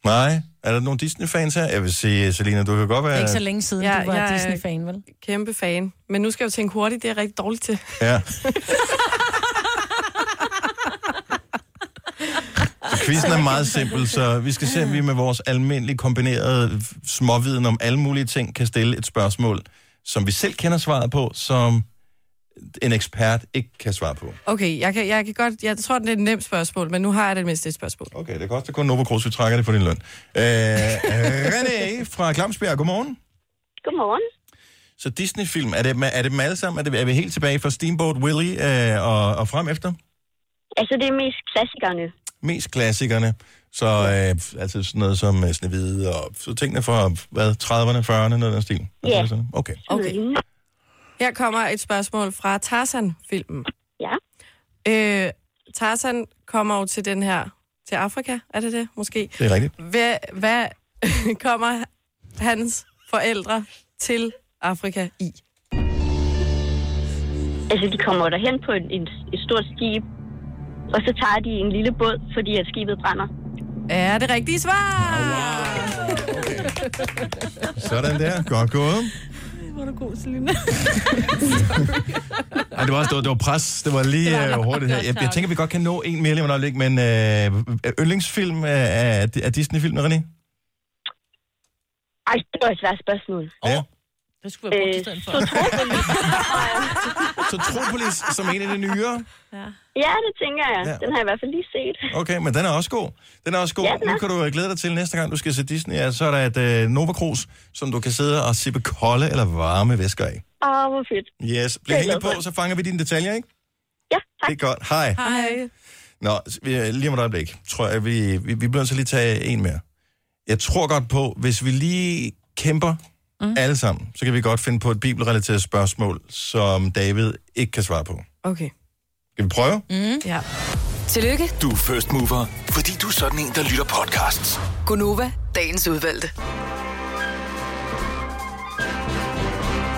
A: Nej. Er der nogle Disney-fans her? Jeg vil sige, Selina, du kan godt være...
B: længe siden,
D: ja,
B: du var
D: jeg er
B: Disney-fan, vel?
D: Kæmpe fan. Men nu skal jeg jo tænke hurtigt, det er jeg rigtig dårligt til.
A: Ja. Så quizzen er meget simpel, så vi skal se, om vi med vores almindelige kombinerede småviden om alle mulige ting kan stille et spørgsmål, som vi selv kender svaret på, som en ekspert ikke kan svare på.
D: Okay, jeg kan, jeg kan godt... Jeg tror, det er et nemt spørgsmål, men nu har jeg det mindste et spørgsmål.
A: Okay, det koster kun Novo Cruz, vi trækker det på din løn. Øh, René fra Klamsbjerg, godmorgen.
V: Godmorgen.
A: Så Disney-film, er det, dem- er det dem alle sammen? Er, det, er vi helt tilbage fra Steamboat Willie øh, og, og frem efter?
V: Altså, det er mest klassikerne.
A: Mest klassikerne. Så øh, altså sådan noget som øh, Snevide og så tingene fra, hvad, 30'erne, 40'erne, noget af den stil?
K: Ja.
A: Altså, sådan. Okay.
D: Okay. Her kommer et spørgsmål fra Tarzan-filmen.
K: Ja.
D: Øh, Tarzan kommer jo til den her, til Afrika, er det det måske?
A: Det er rigtigt.
D: Hvad, hvad kommer hans forældre til Afrika i?
E: Altså, de kommer derhen på en, en, et stort skib, og så tager de en lille båd, fordi at skibet brænder.
D: Er det rigtige svar?
A: Sådan der. Godt gået.
C: Hvor er du god, Selina.
A: Ej, det var, også, det, var, det var pres. Det var lige det var hurtigt her. Jeg, jeg tænker, vi godt kan nå en mere lige om et øjeblik, men øh, yndlingsfilm af, af Disney-film, René?
E: Ej, det var et svært spørgsmål.
A: Ja.
E: Det skulle være brugt i stedet for. Sotropolis.
A: Sotropolis, som en af de nyere.
E: ja, det tænker jeg. Den har jeg i hvert fald lige set.
A: Okay, men den er også god. Den er også god.
E: Ja, den er.
A: Nu kan du øh, glæde dig til næste gang, du skal se Disney. Ja, så er der et øh, Nova Cruz, som du kan sidde og sippe kolde eller varme væsker af.
E: Åh, hvor fedt.
A: Yes.
E: Det er
A: Bliv
E: jeg
A: hængende
E: glad for.
A: på, så fanger vi dine detaljer, ikke? Ja, tak. Det er godt. Hej.
D: Hej.
A: Nå, s- vi er- lige om et øjeblik, tror jeg, vi, vi, vi bliver nødt til at lige tage en mere. Jeg tror godt på, hvis vi lige kæmper mm. alle sammen, så kan vi godt finde på et bibelrelateret spørgsmål, som David ikke kan svare på.
D: Okay.
A: Kan vi prøve?
G: Mm.
D: Ja.
G: Tillykke,
H: Du er first mover, fordi du er sådan en, der lytter podcasts.
G: Gunova, dagens udvalgte.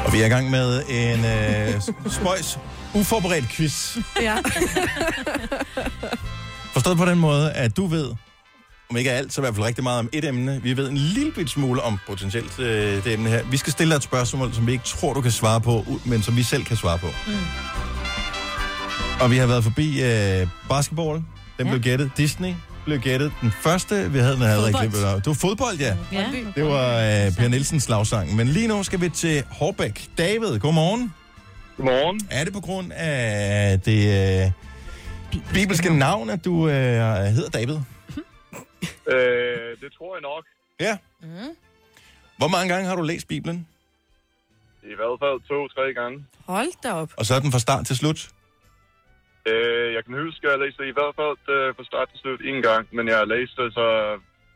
A: Og vi er i gang med en øh, s- spøjs, uforberedt quiz.
D: Ja.
A: Forstået på den måde, at du ved, om ikke alt, så i hvert fald rigtig meget om et emne. Vi ved en lille bit smule om potentielt øh, det emne her. Vi skal stille dig et spørgsmål, som vi ikke tror, du kan svare på, u- men som vi selv kan svare på. Og vi har været forbi øh, basketball. Den ja. blev gættet. Disney blev gættet. Den første, vi havde, den havde
J: Fodbold.
A: rigtig Det var fodbold, ja.
J: Ja.
A: Det var øh, Per Nielsens slagsang. Men lige nu skal vi til Hårbæk. David, godmorgen.
L: Godmorgen.
A: Er det på grund af det øh, bibelske navn, at du øh, hedder David?
L: Øh, det tror jeg nok.
A: Ja.
B: Mhm.
A: Mm. Hvor mange gange har du læst Bibelen?
L: I hvert fald to-tre gange.
D: Hold da op.
A: Og så er den fra start til slut?
L: Øh, jeg kan huske, at jeg læste det i hvert fald øh, fra start til slut en gang, men jeg læste det så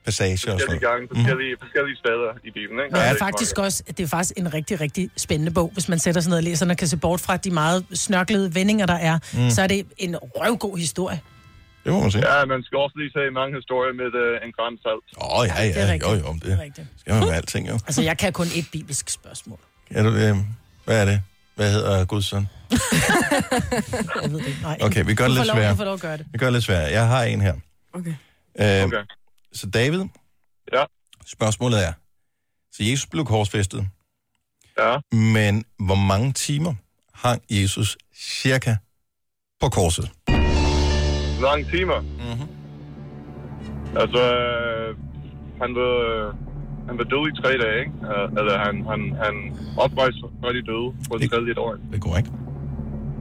A: Passager og sådan
L: forskellige
A: noget. Mhm.
L: gange, forskellige, mm. forskellige steder i Bibelen. Ikke?
B: Men det
L: Jeg
B: er
L: læste
B: faktisk
L: mange.
B: også, det er faktisk en rigtig, rigtig spændende bog, hvis man sætter sig ned og læser, den og kan se bort fra de meget snørklede vendinger, der er.
L: Mm.
B: Mm. Så er det en røvgod historie.
A: Det må man sige.
L: Ja, man skal også lige se mange historier med øh, en gran salt.
A: Åh, oh, ja,
B: det er
A: ja.
B: rigtigt.
A: Jo, jo, det,
B: Det er rigtigt.
A: skal man med alting, jo.
B: Altså, jeg kan kun et bibelsk spørgsmål.
A: Er du, øh, hvad er det? Hvad hedder Guds søn?
B: Jeg ved det ikke. Nej.
A: Okay, vi gør det
B: Du får
A: lidt
B: lov-
A: sværere.
B: Du får lov at gøre det.
A: Vi gør det lidt svært. Jeg har en her.
D: Okay.
A: Øh, okay. Så David?
L: Ja.
A: Spørgsmålet er, så Jesus blev korsfæstet.
L: Ja.
A: Men hvor mange timer hang Jesus cirka på korset?
L: Lange timer.
A: Mhm.
L: Mm-hmm. Altså, øh, han var, øh, han var død i tre dage, ikke? Øh, Eller han, han, han oprejste fra de døde på det tredje et år.
A: Det er korrekt.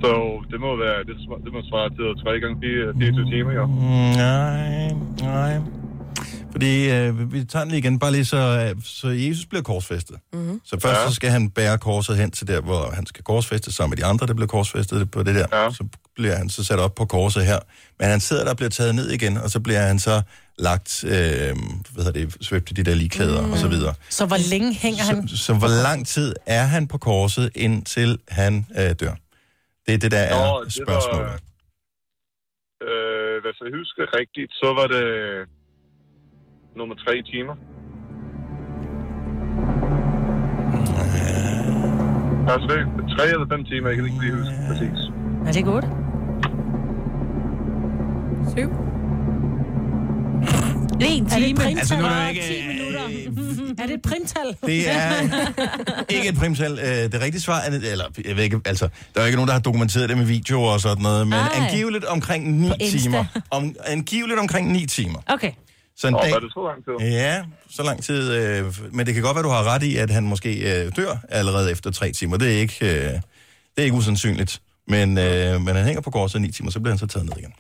L: Så det må være, det, sm- det må svare til 3 gange 24 timer, jo.
A: Mm, nej, nej. Fordi øh, vi tager den lige igen, bare lige så, øh, så Jesus bliver korsfæstet.
L: Mhm.
A: Så først
L: Ja.
A: ja. så skal han bære korset hen til der, hvor han skal korsfæstes sammen med de andre, der blev korsfæstet på det der. Ja. Så bliver han så sat op på korset her. Men han sidder der og bliver taget ned igen, og så bliver han så lagt, øh, hvad hedder det, svøbt i de der ligklæder mm. og så videre.
B: Så hvor længe hænger han?
A: Så hvor lang tid er han på korset, indtil han øh, dør? Det er det, der er
L: Nå,
A: Nå,
L: det
A: spørgsmålet.
L: var- Øh, hvis jeg husker rigtigt, så var det øh, nummer 3 timer. Altså, 3 eller 5 timer, jeg kan ikke lige huske præcis.
B: Er det ikke otte?
D: Syv.
B: En time. Er det et primtal?
A: Altså, nu er der ikke,
B: Ti minutter. er det et primtal?
A: Det er- Ikke et primtal. Øh, det rigtige svar er, eller jeg ved ikke, altså, der er jo ikke nogen, der har dokumenteret det med videoer og sådan noget, men
B: Ej.
A: Ej. angiveligt omkring 9
B: På Insta.
A: timer. Om, angiveligt omkring 9 timer.
C: Okay.
A: Så en
L: Åh,
I: Oh,
A: dag...
L: var det så lang tid?
A: Ja, så lang tid. Øh, men det kan godt være, du har ret i, at han måske øh, dør allerede efter 3 timer. Det er ikke, øh, det er ikke usandsynligt. Men, øh, men han hænger på korset i 9 timer, så bliver han så taget ned igen.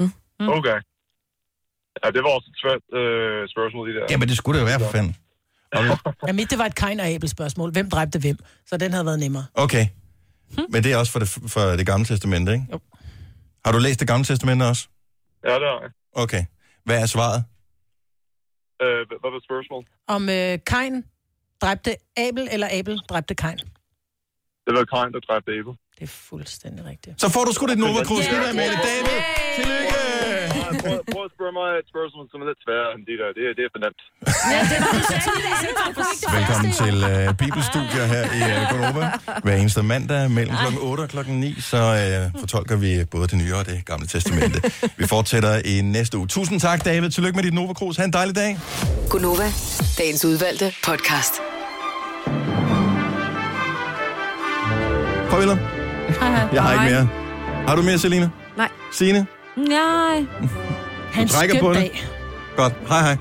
B: Mm.
L: Okay. Ja, det var også et svært øh, spørgsmål, de der.
A: Ja, men det skulle det jo være, for fanden.
B: Ja, mit det var et kind og æble spørgsmål. Hvem dræbte hvem? Så den havde været nemmere.
A: Okay. Men det er også for det, for det gamle testamente, ikke? Jo. Har du læst det gamle testamente også?
L: Ja, det har jeg.
A: Okay. Hvad er svaret?
L: Øh, hvad- hvad var spørgsmålet?
B: Om øh, Kajn dræbte Abel, eller Abel dræbte Kajn.
L: Det var Karin, der dræbte Abel.
B: Det er fuldstændig rigtigt.
A: Så får du sgu dit Nova Cruz.
L: Ja,
A: Yeah,
L: det
A: David,
L: er
A: tillykke!
L: Prøv, prøv at spørge mig et spørgsmål, som er lidt sværere end de der. Det, det er for nemt.
A: Velkommen til øh, Bibelstudier her i øh, Konoba. Hver eneste mandag mellem kl. 8 og kl. 9, så øh, fortolker vi både det nye og det gamle testamente. Vi fortsætter i næste uge. Tusind tak, David. Tillykke med dit Nova Cruz. Ha' en dejlig dag.
G: Gunova, dagens udvalgte podcast.
A: Farvel. Jeg har ikke mere. Har du mere, Selina?
D: Nej.
A: Signe?
C: Nej.
A: Du trækker på det. Godt. Hej hej.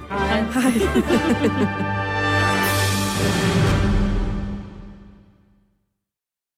C: Hej.